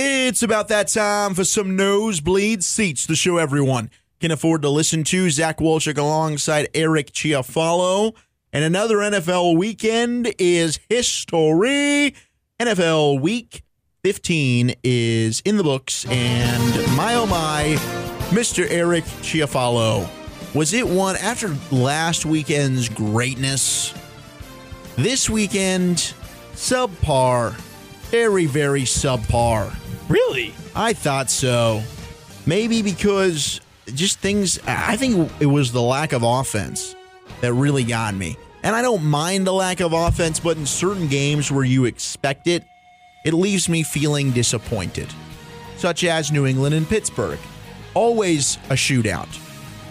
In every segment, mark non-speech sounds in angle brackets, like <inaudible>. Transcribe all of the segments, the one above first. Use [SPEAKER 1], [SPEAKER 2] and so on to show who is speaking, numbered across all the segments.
[SPEAKER 1] It's about that time for some nosebleed seats. The show everyone can afford to listen to. Zach Wolchek alongside Eric Chiafalo. And another NFL weekend is history. NFL week 15 is in the books. And my oh my, Mr. Eric Chiafalo. Was it one after last weekend's greatness? This weekend, subpar. Very, very subpar.
[SPEAKER 2] Really?
[SPEAKER 1] I thought so. Maybe because just things, I I think it was the lack of offense that really got me. And I don't mind the lack of offense, but in certain games where you expect it, it leaves me feeling disappointed, such as New England and Pittsburgh. Always a shootout.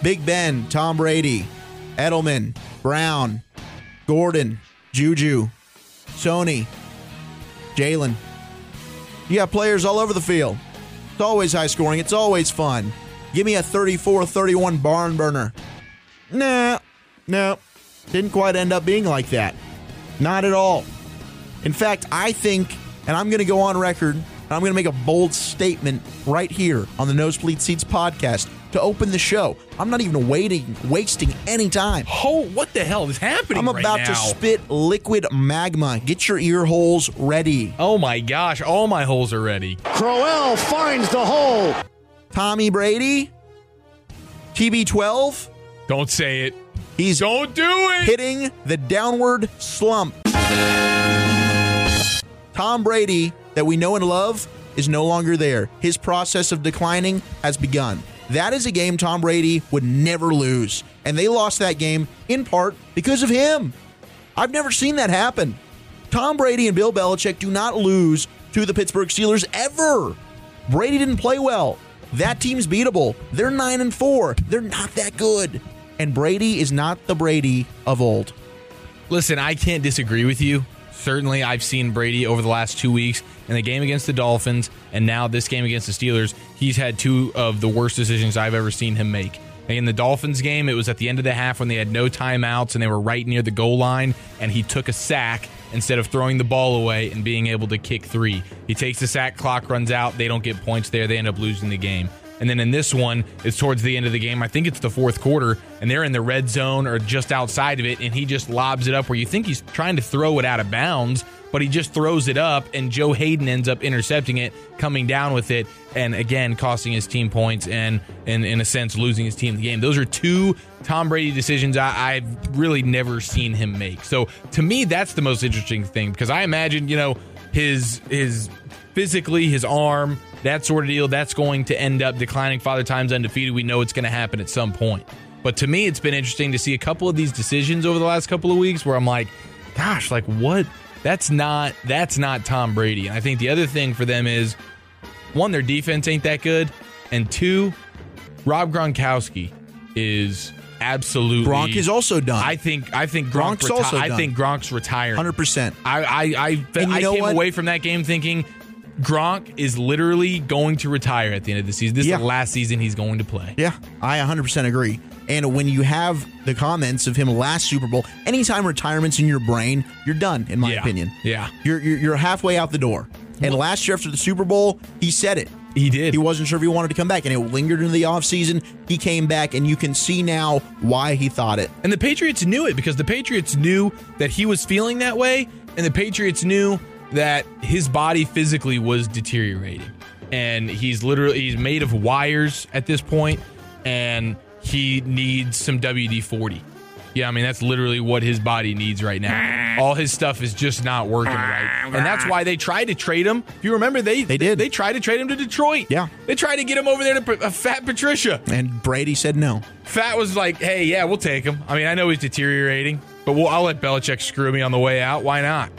[SPEAKER 1] Big Ben, Tom Brady, Edelman, Brown, Gordon, Juju, Sony, Jalen. You got players all over the field. It's always high scoring. It's always fun. Give me a 34 31 barn burner. Nah, no. Didn't quite end up being like that. Not at all. In fact, I think, and I'm going to go on record, and I'm going to make a bold statement right here on the Nosebleed Seats podcast to open the show. I'm not even waiting, wasting any time.
[SPEAKER 2] Oh, what the hell is happening?
[SPEAKER 1] I'm
[SPEAKER 2] right
[SPEAKER 1] about to
[SPEAKER 2] now?
[SPEAKER 1] spit liquid magma. Get your ear holes ready.
[SPEAKER 2] Oh my gosh! All my holes are ready.
[SPEAKER 3] Crowell finds the hole.
[SPEAKER 1] Tommy Brady, TB12,
[SPEAKER 2] Don't say it.
[SPEAKER 1] he's
[SPEAKER 2] Don't do it.
[SPEAKER 1] hitting the downward slump. Tom Brady, that we know and love, is no longer there. His process of declining has begun. That is a game Tom Brady would never lose. And they lost that game in part because of him. I've never seen that happen. Tom Brady and Bill Belichick do not lose to the Pittsburgh Steelers ever. Brady didn't play well. That team's beatable. They're 9 and 4. They're not that good. And Brady is not the Brady of old.
[SPEAKER 2] Listen, I can't disagree with you. Certainly, I've seen Brady over the last two weeks in the game against the Dolphins and now this game against the Steelers. He's had two of the worst decisions I've ever seen him make. In the Dolphins game, it was at the end of the half when they had no timeouts and they were right near the goal line, and he took a sack instead of throwing the ball away and being able to kick three. He takes the sack, clock runs out, they don't get points there, they end up losing the game. And then in this one, it's towards the end of the game. I think it's the fourth quarter, and they're in the red zone or just outside of it, and he just lobs it up where you think he's trying to throw it out of bounds, but he just throws it up, and Joe Hayden ends up intercepting it, coming down with it, and again, costing his team points and, and in a sense, losing his team the game. Those are two Tom Brady decisions I, I've really never seen him make. So to me, that's the most interesting thing because I imagine, you know, his his physically, his arm, that sort of deal, that's going to end up declining. Father Time's undefeated. We know it's going to happen at some point. But to me, it's been interesting to see a couple of these decisions over the last couple of weeks where I'm like, gosh, like what? That's not that's not Tom Brady. And I think the other thing for them is one, their defense ain't that good, and two, Rob Gronkowski is absolutely
[SPEAKER 1] Gronk is also done.
[SPEAKER 2] I think I think Gronk
[SPEAKER 1] Gronk's also
[SPEAKER 2] I
[SPEAKER 1] done.
[SPEAKER 2] think Gronk's retired.
[SPEAKER 1] 100%.
[SPEAKER 2] I I I,
[SPEAKER 1] And you
[SPEAKER 2] I
[SPEAKER 1] know
[SPEAKER 2] came
[SPEAKER 1] what?
[SPEAKER 2] away from that game thinking Gronk is literally going to retire at the end of the season. This
[SPEAKER 1] Yeah.
[SPEAKER 2] is the last season he's going to play.
[SPEAKER 1] Yeah, I 100% agree. And when you have the comments of him last Super Bowl, anytime retirement's in your brain, you're done, in my
[SPEAKER 2] Yeah.
[SPEAKER 1] opinion.
[SPEAKER 2] Yeah.
[SPEAKER 1] You're, you're, you're halfway out the door. And last year after the Super Bowl, he said it.
[SPEAKER 2] He did.
[SPEAKER 1] He wasn't sure if he wanted to come back, and it lingered into the offseason. He came back, and you can see now why he thought it.
[SPEAKER 2] And the Patriots knew it because the Patriots knew that he was feeling that way, and the Patriots knew that his body physically was deteriorating. And he's literally he's made of wires at this point, and he needs some WD forty. Yeah, I mean that's literally what his body needs right now. All his stuff is just not working right, and that's why they tried to trade him. If you remember, they
[SPEAKER 1] They did.
[SPEAKER 2] They tried to trade him to Detroit.
[SPEAKER 1] Yeah.
[SPEAKER 2] they tried to get him over there to P- uh, Fat Patricia.
[SPEAKER 1] And Brady said no.
[SPEAKER 2] Fat was like, "Hey, yeah, we'll take him. I mean, I know he's deteriorating, but we'll, I'll let Belichick screw me on the way out. Why not?"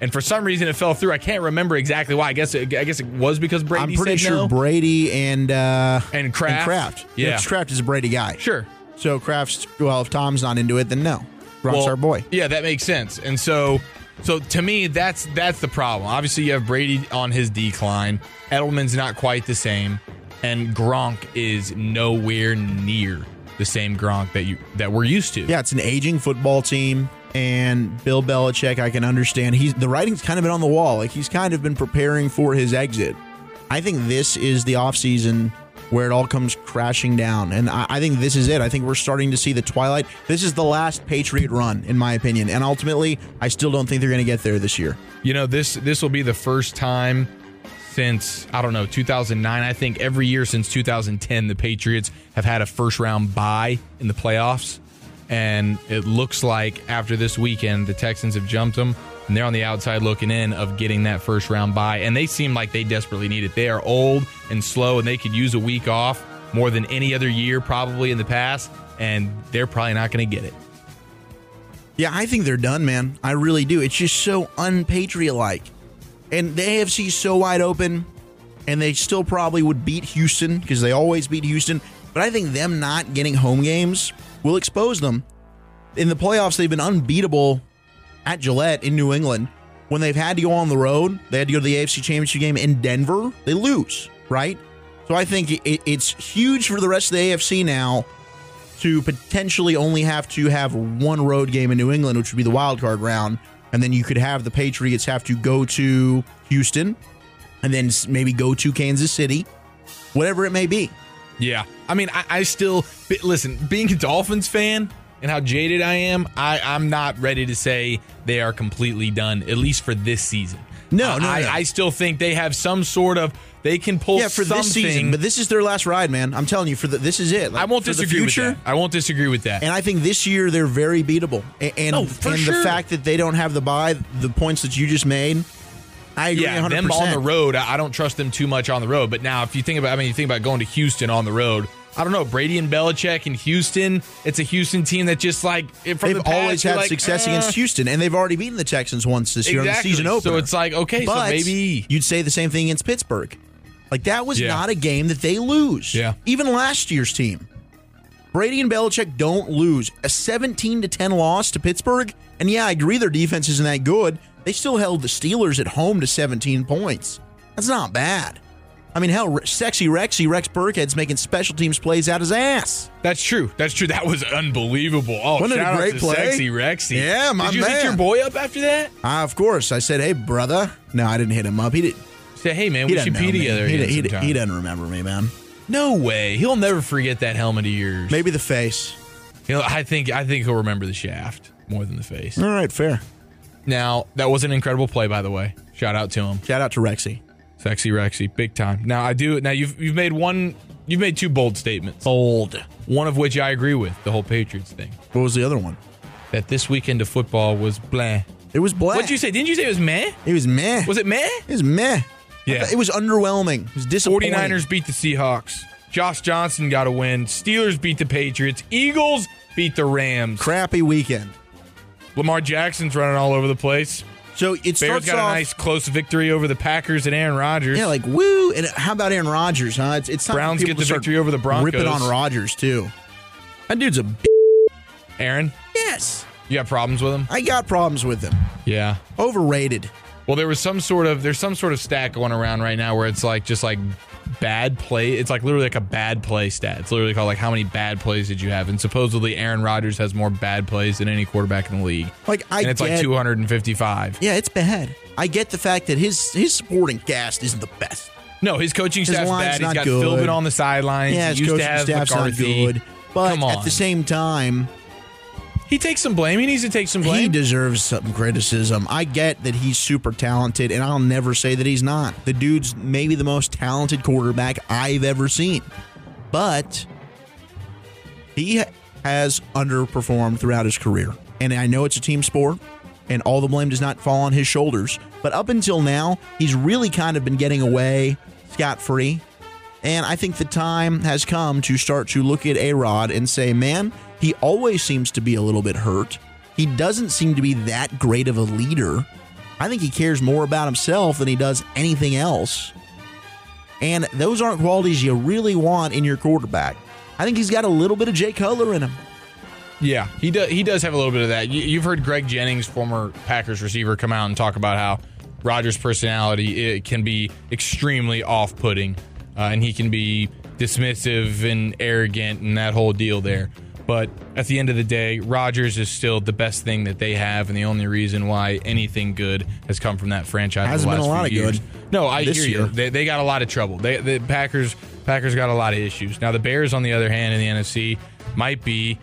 [SPEAKER 2] And for some reason, it fell through. I can't remember exactly why. I guess it, I guess it was because Brady.
[SPEAKER 1] I'm pretty
[SPEAKER 2] said
[SPEAKER 1] sure
[SPEAKER 2] no.
[SPEAKER 1] Brady and uh,
[SPEAKER 2] And Kraft.
[SPEAKER 1] Yeah,
[SPEAKER 2] Yeah.
[SPEAKER 1] because Kraft is a Brady guy.
[SPEAKER 2] sure.
[SPEAKER 1] So Kraft's well, if Tom's not into it, then no. Gronk's
[SPEAKER 2] Well,
[SPEAKER 1] our boy.
[SPEAKER 2] Yeah, that makes sense. And so, so to me, that's that's the problem. Obviously, you have Brady on his decline. Edelman's not quite the same, and Gronk is nowhere near the same Gronk that you that we're used to.
[SPEAKER 1] Yeah, it's an aging football team, and Bill Belichick. I can understand. He's the writing's kind of been on the wall. Like he's kind of been preparing for his exit, I think this is the offseason where it all comes crashing down. And I, I think this is it. I think we're starting to see the twilight. This is the last Patriot run, in my opinion. And ultimately, I still don't think they're going to get there this year.
[SPEAKER 2] You know, this this will be the first time since I don't know 2009. I think every year since 2010, the Patriots have had a first round bye in the playoffs, and it looks like after this weekend, the Texans have jumped them, and they're on the outside looking in of getting that first round bye. And they seem like they desperately need it. They are old and slow, and they could use a week off more than any other year probably in the past, and they're probably not going to get it.
[SPEAKER 1] Yeah, I think they're done, man. I really do. It's just so unpatriot like. And the AFC is so wide open, and they still probably would beat Houston because they always beat Houston. But I think them not getting home games will expose them. In the playoffs, they've been unbeatable at Gillette in New England. When they've had to go on the road, they had to go to the AFC Championship game in Denver, they lose, right? So I think it, it's huge for the rest of the AFC now to potentially only have to have one road game in New England, which would be the wild card round, and then you could have the Patriots have to go to Houston, and then s- maybe go to Kansas City, whatever it may be.
[SPEAKER 2] Yeah. I mean, I, I still b- listen. Being a Dolphins fan and how jaded I am, I, I'm not ready to say they are completely done, at least for this season.
[SPEAKER 1] No,
[SPEAKER 2] I,
[SPEAKER 1] no,
[SPEAKER 2] I,
[SPEAKER 1] no.
[SPEAKER 2] I still think they have some sort of they can pull
[SPEAKER 1] Yeah, for
[SPEAKER 2] something.
[SPEAKER 1] this season, but this is their last ride, man. I'm telling you, for the, this is it. Like,
[SPEAKER 2] I won't
[SPEAKER 1] for the
[SPEAKER 2] disagree with
[SPEAKER 1] future,
[SPEAKER 2] that. I won't disagree with that.
[SPEAKER 1] And I think this year they're very beatable. A- And
[SPEAKER 2] Oh, for
[SPEAKER 1] and
[SPEAKER 2] sure.
[SPEAKER 1] the fact that they don't have the buy, the points that you just made, I agree
[SPEAKER 2] yeah,
[SPEAKER 1] 100%.
[SPEAKER 2] them on the road, I I don't trust them too much on the road. But now, if you think about, I mean, you think about going to Houston on the road. I don't know Brady and Belichick in Houston. It's a Houston team that just like it- from the
[SPEAKER 1] They've
[SPEAKER 2] past,
[SPEAKER 1] always
[SPEAKER 2] you're
[SPEAKER 1] had
[SPEAKER 2] like,
[SPEAKER 1] success
[SPEAKER 2] "Eh."
[SPEAKER 1] against Houston, and they've already beaten the Texans once this year on the
[SPEAKER 2] Exactly.
[SPEAKER 1] season opener.
[SPEAKER 2] So it's like, okay, so
[SPEAKER 1] but
[SPEAKER 2] maybe-
[SPEAKER 1] you'd say the same thing against Pittsburgh. Like that was
[SPEAKER 2] Yeah.
[SPEAKER 1] not a game that they lose.
[SPEAKER 2] Yeah.
[SPEAKER 1] Even last year's team, Brady and Belichick don't lose a 17 to 10 loss to Pittsburgh. And yeah, I agree their defense isn't that good. They still held the Steelers at home to 17 points. That's not bad. I mean, hell, Re- sexy Rexy Rex Burkhead's making special teams plays out his ass.
[SPEAKER 2] That's true. That's true. That was unbelievable. Oh,
[SPEAKER 1] Wasn't it a
[SPEAKER 2] shout out
[SPEAKER 1] great
[SPEAKER 2] to
[SPEAKER 1] play?
[SPEAKER 2] Sexy Rexy.
[SPEAKER 1] Yeah, my
[SPEAKER 2] Did you hit
[SPEAKER 1] man.
[SPEAKER 2] your boy up after that?
[SPEAKER 1] Ah, of course, I said, "Hey, brother." No, I didn't hit him up. He did.
[SPEAKER 2] Say, hey man,
[SPEAKER 1] He
[SPEAKER 2] we
[SPEAKER 1] doesn't know
[SPEAKER 2] should pee
[SPEAKER 1] me.
[SPEAKER 2] together.
[SPEAKER 1] He,
[SPEAKER 2] again
[SPEAKER 1] he,
[SPEAKER 2] sometime.
[SPEAKER 1] he doesn't remember me, man.
[SPEAKER 2] No way. He'll never forget that helmet of yours.
[SPEAKER 1] Maybe the face.
[SPEAKER 2] You know, I think I think he'll remember the shaft more than the face.
[SPEAKER 1] All right, fair.
[SPEAKER 2] Now that was an incredible play, by the way. Shout out to him.
[SPEAKER 1] Shout out to Rexy.
[SPEAKER 2] Sexy Rexy, big time. Now I do. Now you've you've made one. You've made two bold statements.
[SPEAKER 1] Old.
[SPEAKER 2] One of which I agree with. The whole Patriots thing.
[SPEAKER 1] What was the other one?
[SPEAKER 2] That this weekend of football was blah.
[SPEAKER 1] It was black.
[SPEAKER 2] What'd you say? Didn't you say it was meh?
[SPEAKER 1] It was meh.
[SPEAKER 2] Was it meh?
[SPEAKER 1] It was meh.
[SPEAKER 2] Yeah.
[SPEAKER 1] It was underwhelming. It was disappointing.
[SPEAKER 2] 49ers beat the Seahawks. Josh Johnson got a win. Steelers beat the Patriots. Eagles beat the Rams.
[SPEAKER 1] Crappy weekend.
[SPEAKER 2] Lamar Jackson's running all over the place.
[SPEAKER 1] So it
[SPEAKER 2] Bears
[SPEAKER 1] starts
[SPEAKER 2] got a
[SPEAKER 1] off.
[SPEAKER 2] nice close victory over the Packers and Aaron Rodgers.
[SPEAKER 1] yeah, like woo. And how about Aaron Rodgers? Huh? It's, it's time for
[SPEAKER 2] Browns
[SPEAKER 1] people
[SPEAKER 2] get
[SPEAKER 1] to
[SPEAKER 2] the
[SPEAKER 1] start
[SPEAKER 2] victory over the Broncos.
[SPEAKER 1] Ripping on Rodgers too. That dude's a b-
[SPEAKER 2] Aaron,
[SPEAKER 1] yes.
[SPEAKER 2] you got problems with him?
[SPEAKER 1] I got problems with him.
[SPEAKER 2] Yeah.
[SPEAKER 1] Overrated.
[SPEAKER 2] Well, there was some sort of there's some sort of stat going around right now where it's like just like bad play. It's like literally like a bad play stat. It's literally called like how many bad plays did you have? And supposedly Aaron Rodgers has more bad plays than any quarterback in the league.
[SPEAKER 1] Like I
[SPEAKER 2] and it's
[SPEAKER 1] get
[SPEAKER 2] like oh. 255.
[SPEAKER 1] Yeah, it's bad. I get the fact that his his supporting cast isn't the best.
[SPEAKER 2] No, his coaching
[SPEAKER 1] His
[SPEAKER 2] staff's
[SPEAKER 1] line's
[SPEAKER 2] bad. He's
[SPEAKER 1] not
[SPEAKER 2] got
[SPEAKER 1] good.
[SPEAKER 2] Philbin on the sidelines.
[SPEAKER 1] yeah,
[SPEAKER 2] Yeah,
[SPEAKER 1] his
[SPEAKER 2] he used to
[SPEAKER 1] coaching
[SPEAKER 2] have
[SPEAKER 1] staff's
[SPEAKER 2] McCarthy.
[SPEAKER 1] not good. But
[SPEAKER 2] Come
[SPEAKER 1] at
[SPEAKER 2] on.
[SPEAKER 1] the same time,
[SPEAKER 2] he takes some blame. He needs to take some blame.
[SPEAKER 1] he deserves some criticism. I get that he's super talented, and I'll never say that he's not. The dude's maybe the most talented quarterback I've ever seen. But he ha- has underperformed throughout his career. And I know it's a team sport, and all the blame does not fall on his shoulders. But up until now, he's really kind of been getting away scot free. And I think the time has come to start to look at A Rod and say, man, he always seems to be a little bit hurt. He doesn't seem to be that great of a leader. I think he cares more about himself than he does anything else. And those aren't qualities you really want in your quarterback. I think he's got a little bit of Jay Cutler in him.
[SPEAKER 2] Yeah, he does. He does have a little bit of that. You, you've heard Greg Jennings, former Packers receiver, come out and talk about how Rodgers' personality it can be extremely off-putting, uh, and he can be dismissive and arrogant and that whole deal there. But at the end of the day, Rodgers is still the best thing that they have, and the only reason why anything good has come from that franchise. in
[SPEAKER 1] Hasn't
[SPEAKER 2] the
[SPEAKER 1] been
[SPEAKER 2] last
[SPEAKER 1] a lot
[SPEAKER 2] few
[SPEAKER 1] of good
[SPEAKER 2] years. No, I
[SPEAKER 1] this
[SPEAKER 2] hear you.
[SPEAKER 1] year.
[SPEAKER 2] They, they got a lot of trouble. They the Packers Packers got a lot of issues. Now the Bears, on the other hand, in the NFC, might be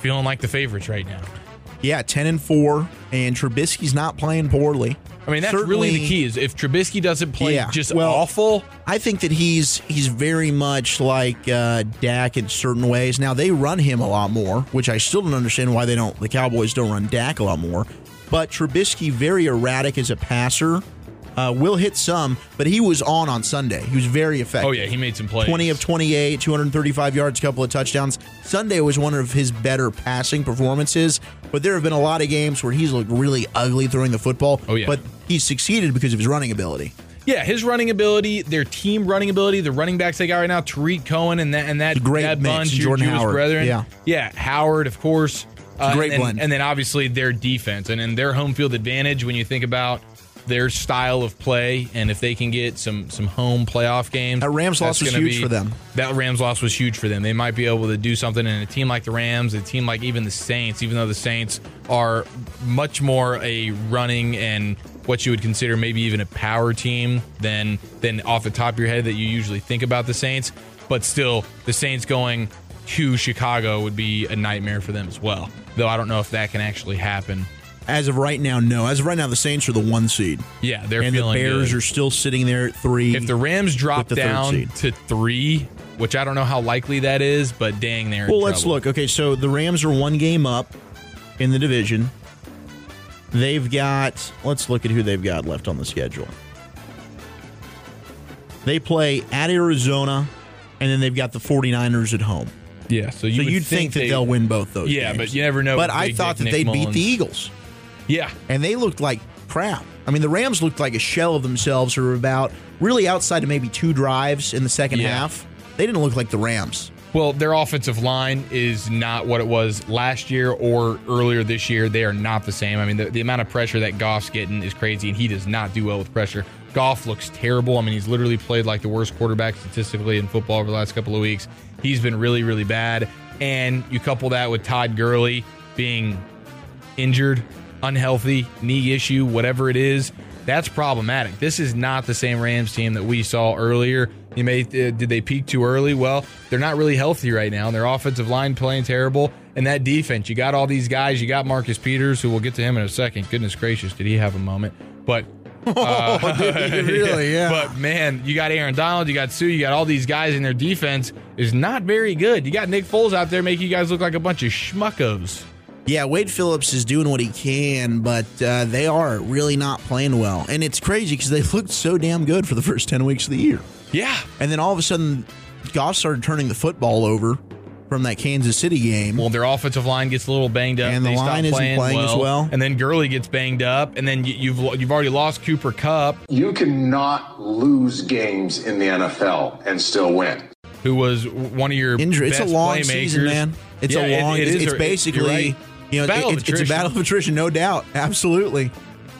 [SPEAKER 2] feeling like the favorites right now.
[SPEAKER 1] Yeah, ten and four, and Trubisky's not playing poorly.
[SPEAKER 2] I mean, that's really the
[SPEAKER 1] Certainly-
[SPEAKER 2] key is if Trubisky doesn't play
[SPEAKER 1] Yeah,
[SPEAKER 2] just
[SPEAKER 1] well-
[SPEAKER 2] awful.
[SPEAKER 1] I think that he's he's very much like uh, Dak in certain ways. Now they run him a lot more, which I still don't understand why they don't. The Cowboys don't run Dak a lot more, but Trubisky very erratic as a passer. Uh, will hit some, but he was on on Sunday. He was very effective.
[SPEAKER 2] Oh yeah, he made some plays.
[SPEAKER 1] 20 of 28, 235 yards, couple of touchdowns. Sunday was one of his better passing performances, but there have been a lot of games where he's looked really ugly throwing the football.
[SPEAKER 2] Oh, yeah.
[SPEAKER 1] But he succeeded because of his running ability.
[SPEAKER 2] Yeah, his running ability, their team running ability, the running backs they got right now, Tariq Cohen and that and that
[SPEAKER 1] great
[SPEAKER 2] that
[SPEAKER 1] mix,
[SPEAKER 2] bunch,
[SPEAKER 1] and
[SPEAKER 2] your
[SPEAKER 1] Jordan
[SPEAKER 2] Jewish
[SPEAKER 1] Howard,
[SPEAKER 2] brethren.
[SPEAKER 1] yeah.
[SPEAKER 2] yeah, Howard, of course. Uh,
[SPEAKER 1] great
[SPEAKER 2] and,
[SPEAKER 1] blend.
[SPEAKER 2] and then obviously their defense and then their home field advantage. When you think about their style of play, and if they can get some some home playoff games,
[SPEAKER 1] That Rams
[SPEAKER 2] that's
[SPEAKER 1] loss was
[SPEAKER 2] gonna
[SPEAKER 1] huge for them.
[SPEAKER 2] That Rams loss was huge for them. They might be able to do something. And a team like the Rams, a team like even the Saints, even though the Saints are much more a running and what you would consider maybe even a power team than than off the top of your head that you usually think about the Saints. But still, the Saints going to Chicago would be a nightmare for them as well. Though I don't know if that can actually happen.
[SPEAKER 1] As of right now, no. As of right now, the Saints are the one seed,
[SPEAKER 2] Yeah, they're
[SPEAKER 1] and the
[SPEAKER 2] feeling
[SPEAKER 1] Bears
[SPEAKER 2] good.
[SPEAKER 1] are still sitting there at three.
[SPEAKER 2] if the Rams drop
[SPEAKER 1] the third
[SPEAKER 2] down
[SPEAKER 1] seed.
[SPEAKER 2] to three, which I don't know how likely that is, but dang, they're in
[SPEAKER 1] well, let's
[SPEAKER 2] trouble.
[SPEAKER 1] look. Okay, so the Rams are one game up in the division. They've got. Let's look at who they've got left on the schedule. They play at Arizona, and then they've got the 49ers at home.
[SPEAKER 2] Yeah, so you
[SPEAKER 1] So
[SPEAKER 2] would
[SPEAKER 1] you'd think, that
[SPEAKER 2] they-
[SPEAKER 1] they, will win both those.
[SPEAKER 2] Yeah,
[SPEAKER 1] games.
[SPEAKER 2] but you never know
[SPEAKER 1] But
[SPEAKER 2] with
[SPEAKER 1] I
[SPEAKER 2] Big
[SPEAKER 1] thought that
[SPEAKER 2] Dick
[SPEAKER 1] they'd
[SPEAKER 2] Nick
[SPEAKER 1] beat
[SPEAKER 2] Mullins.
[SPEAKER 1] the Eagles.
[SPEAKER 2] Yeah,
[SPEAKER 1] and they looked like crap. I mean, the Rams looked like a shell of themselves who were about really outside of maybe two drives in the second
[SPEAKER 2] Yeah.
[SPEAKER 1] half. They didn't look like the Rams.
[SPEAKER 2] well, their offensive line is not what it was last year or earlier this year. They are not the same. I mean, the, the amount of pressure that Goff's getting is crazy, and he does not do well with pressure. Goff looks terrible. I mean, he's literally played like the worst quarterback statistically in football over the last couple of weeks. He's been really, really bad. And you couple that with Todd Gurley being injured, unhealthy, knee issue, whatever it is, that's problematic. This is not the same Rams team that we saw earlier. You may uh, did they peak too early? Well, they're not really healthy right now. Their offensive line playing terrible, and that defense. You got all these guys. You got Marcus Peters, who we'll get to him in a second. Goodness gracious, did he have a moment? But uh,
[SPEAKER 1] Oh, dude,
[SPEAKER 2] <laughs> But man, you got Aaron Donald, you got Sue, you got all these guys, and their defense is not very good. You got Nick Foles out there making you guys look like a bunch of schmuckos.
[SPEAKER 1] yeah, Wade Phillips is doing what he can, but uh, they are really not playing well. And it's crazy because they <laughs> looked so damn good for the first 10 weeks of the year.
[SPEAKER 2] Yeah,
[SPEAKER 1] And then all of a sudden, Goff started turning the football over from that Kansas City game.
[SPEAKER 2] Well, their offensive line gets a little banged up,
[SPEAKER 1] And the
[SPEAKER 2] they stop
[SPEAKER 1] line isn't playing as well.
[SPEAKER 2] and then Gurley gets banged up, and then you, you've lo- you've already lost Cooper Cup,
[SPEAKER 4] You cannot lose games in the NFL and still win.
[SPEAKER 2] who was w- one of your
[SPEAKER 1] Injury. It's
[SPEAKER 2] Best
[SPEAKER 1] a long
[SPEAKER 2] playmakers.
[SPEAKER 1] season, man. It's
[SPEAKER 2] Yeah,
[SPEAKER 1] a
[SPEAKER 2] it-
[SPEAKER 1] long.
[SPEAKER 2] it
[SPEAKER 1] it's-
[SPEAKER 2] is,
[SPEAKER 1] it's
[SPEAKER 2] or-
[SPEAKER 1] basically
[SPEAKER 2] you're right.
[SPEAKER 1] you know
[SPEAKER 2] Battle
[SPEAKER 1] it-
[SPEAKER 2] of
[SPEAKER 1] it's, it's a
[SPEAKER 2] attrition.
[SPEAKER 1] battle of attrition, no doubt. Absolutely,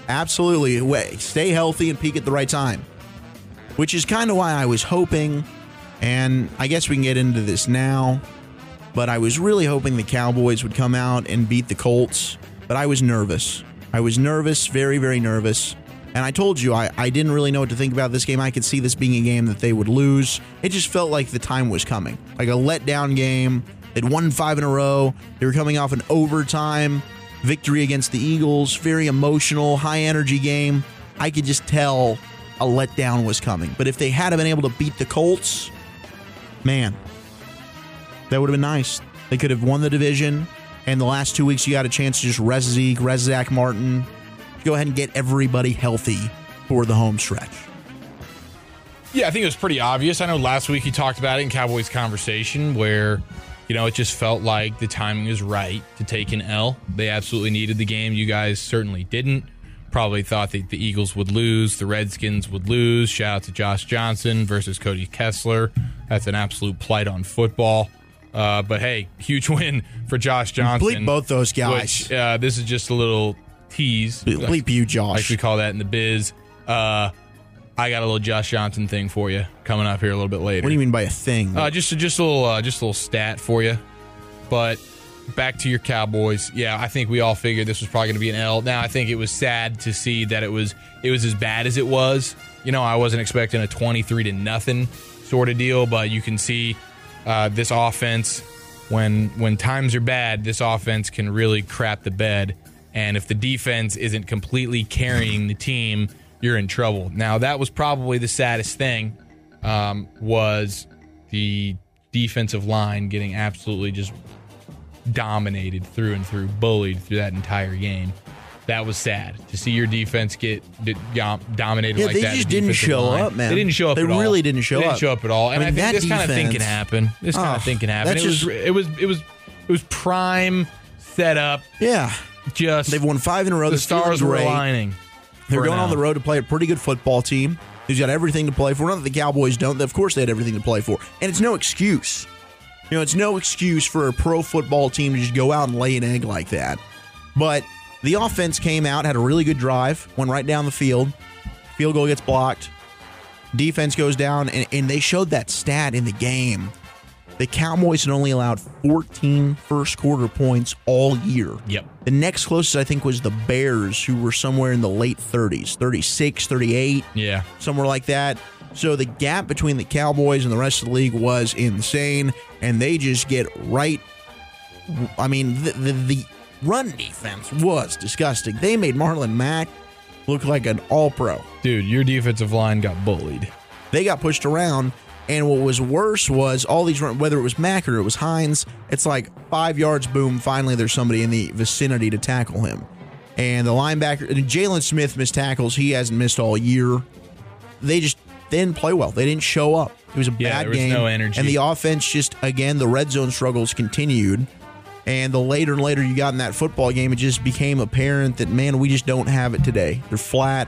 [SPEAKER 1] absolutely. Wait, stay healthy and peak at the right time, which is kind of why I was hoping, and I guess we can get into this now. But I was really hoping the Cowboys would come out and beat the Colts. But I was nervous. I was nervous, very, very nervous. And I told you, I, I didn't really know what to think about this game. I could see this being a game that they would lose. It just felt like the time was coming, like a letdown game. They'd won five in a row. They were coming off an overtime victory against the Eagles, very emotional, high energy game. I could just tell a letdown was coming. But if they had been able to beat the Colts, man, that would have been nice. They could have won the division, and the last two weeks you got a chance to just res Zeke, res Zach Martin, go ahead and get everybody healthy for the home stretch.
[SPEAKER 2] Yeah, I think it was pretty obvious. I know last week he talked about it in Cowboys conversation where, you know, it just felt like the timing was right to take an L. They absolutely needed the game. You guys certainly didn't. Probably thought that the Eagles would lose, the Redskins would lose. Shout out to Josh Johnson versus Cody Kessler. That's an absolute plight on football. Uh, but hey, huge <laughs> win for Josh Johnson.
[SPEAKER 1] Bleep both those guys.
[SPEAKER 2] Which, uh, this is just a little tease.
[SPEAKER 1] Bleep you,
[SPEAKER 2] like
[SPEAKER 1] Josh.
[SPEAKER 2] we call that in the biz. Uh, I got a little Josh Johnson thing for you coming up here a little bit later.
[SPEAKER 1] Mm-hmm. What do you mean by a thing?
[SPEAKER 2] Uh, just just a little uh, just a little stat for you, but back to your Cowboys. Yeah, I think we all figured this was probably going to be an L. Now I think it was sad to see that it was it was as bad as it was. You know, I wasn't expecting a twenty three to nothing sort of deal, but you can see uh, this offense when when times are bad, this offense can really crap the bed. And if the defense isn't completely carrying the team, you're in trouble. Now that was probably the saddest thing um, was the defensive line getting absolutely just dominated through and through, bullied through that entire game. That was sad to see your defense get d- dom- dominated
[SPEAKER 1] Yeah,
[SPEAKER 2] like
[SPEAKER 1] they
[SPEAKER 2] that.
[SPEAKER 1] just
[SPEAKER 2] the
[SPEAKER 1] didn't
[SPEAKER 2] defensive
[SPEAKER 1] show
[SPEAKER 2] line.
[SPEAKER 1] up, man.
[SPEAKER 2] They didn't show up.
[SPEAKER 1] They
[SPEAKER 2] at all.
[SPEAKER 1] really didn't show
[SPEAKER 2] They
[SPEAKER 1] up.
[SPEAKER 2] didn't show up at all. And
[SPEAKER 1] I
[SPEAKER 2] I,
[SPEAKER 1] mean,
[SPEAKER 2] think
[SPEAKER 1] that
[SPEAKER 2] this kind of thing can
[SPEAKER 1] defense-
[SPEAKER 2] happen. This kind
[SPEAKER 1] Oh,
[SPEAKER 2] of thing can happen.
[SPEAKER 1] that's
[SPEAKER 2] It was,
[SPEAKER 1] just-
[SPEAKER 2] it was it was it was prime setup.
[SPEAKER 1] Yeah,
[SPEAKER 2] Just
[SPEAKER 1] they've won five in a row.
[SPEAKER 2] the
[SPEAKER 1] This feels
[SPEAKER 2] stars were
[SPEAKER 1] great.
[SPEAKER 2] aligning.
[SPEAKER 1] They're
[SPEAKER 2] for
[SPEAKER 1] going
[SPEAKER 2] now.
[SPEAKER 1] on the road to play a pretty good football team who's got everything to play for. Not that the Cowboys don't. Of course, they had everything to play for, and it's no excuse. You know, it's no excuse for a pro football team to just go out and lay an egg like that. But the offense came out, had a really good drive, went right down the field. Field goal gets blocked. Defense goes down, and, and they showed that stat in the game. The Cowboys had only allowed 14 first quarter points all year.
[SPEAKER 2] Yep.
[SPEAKER 1] The next closest, I think, was the Bears, who were somewhere in the late 30s 36, 38,
[SPEAKER 2] Yeah.
[SPEAKER 1] somewhere like that. So the gap between the Cowboys and the rest of the league was insane, and they just get right. I mean, the, the, the run defense was disgusting. They made Marlon Mack look like an all pro.
[SPEAKER 2] Dude, your defensive line got bullied.
[SPEAKER 1] They got pushed around, and what was worse was all these run, whether it was Mack or it was Hines, it's like five yards, boom, finally there's somebody in the vicinity to tackle him. And the linebacker, Jalen Smith missed tackles. He hasn't missed all year. They just they didn't play well. They didn't show up. It was a
[SPEAKER 2] Yeah,
[SPEAKER 1] bad
[SPEAKER 2] there was
[SPEAKER 1] game.
[SPEAKER 2] no energy.
[SPEAKER 1] And the offense just, again, the red zone struggles continued. And the later and later you got in that football game, it just became apparent that, man, we just don't have it today. They're flat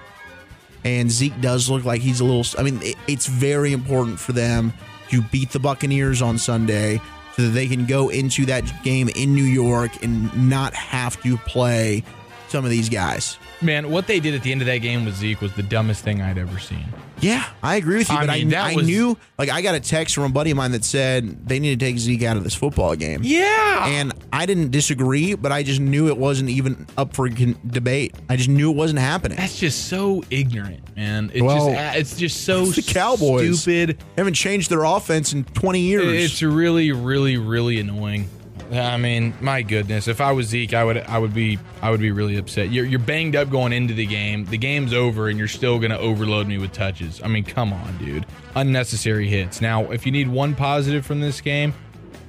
[SPEAKER 1] and Zeke does look like he's a little. I mean, it, it's very important for them to beat the Buccaneers on Sunday so that they can go into that game in New York and not have to play some of these guys.
[SPEAKER 2] Man, what they did at the end of that game with Zeke was the dumbest thing I'd ever seen.
[SPEAKER 1] Yeah, I agree with you,
[SPEAKER 2] I
[SPEAKER 1] but
[SPEAKER 2] mean, that
[SPEAKER 1] I, I
[SPEAKER 2] was-
[SPEAKER 1] knew like I got a text from a buddy of mine that said they need to take Zeke out of this football game.
[SPEAKER 2] Yeah.
[SPEAKER 1] And I didn't disagree, but I just knew it wasn't even up for con- debate. I just knew it wasn't happening.
[SPEAKER 2] That's just so ignorant, man. It's
[SPEAKER 1] Well,
[SPEAKER 2] just it's just so
[SPEAKER 1] it's <laughs> the Cowboys.
[SPEAKER 2] stupid.
[SPEAKER 1] They haven't changed their offense in 20 years.
[SPEAKER 2] It's really, really, really annoying. I mean, my goodness. If I was Zeke, I would, I would be, I would be really upset. You're, you're banged up going into the game. The game's over, and you're still going to overload me with touches. I mean, come on, dude. Unnecessary hits. Now, if you need one positive from this game,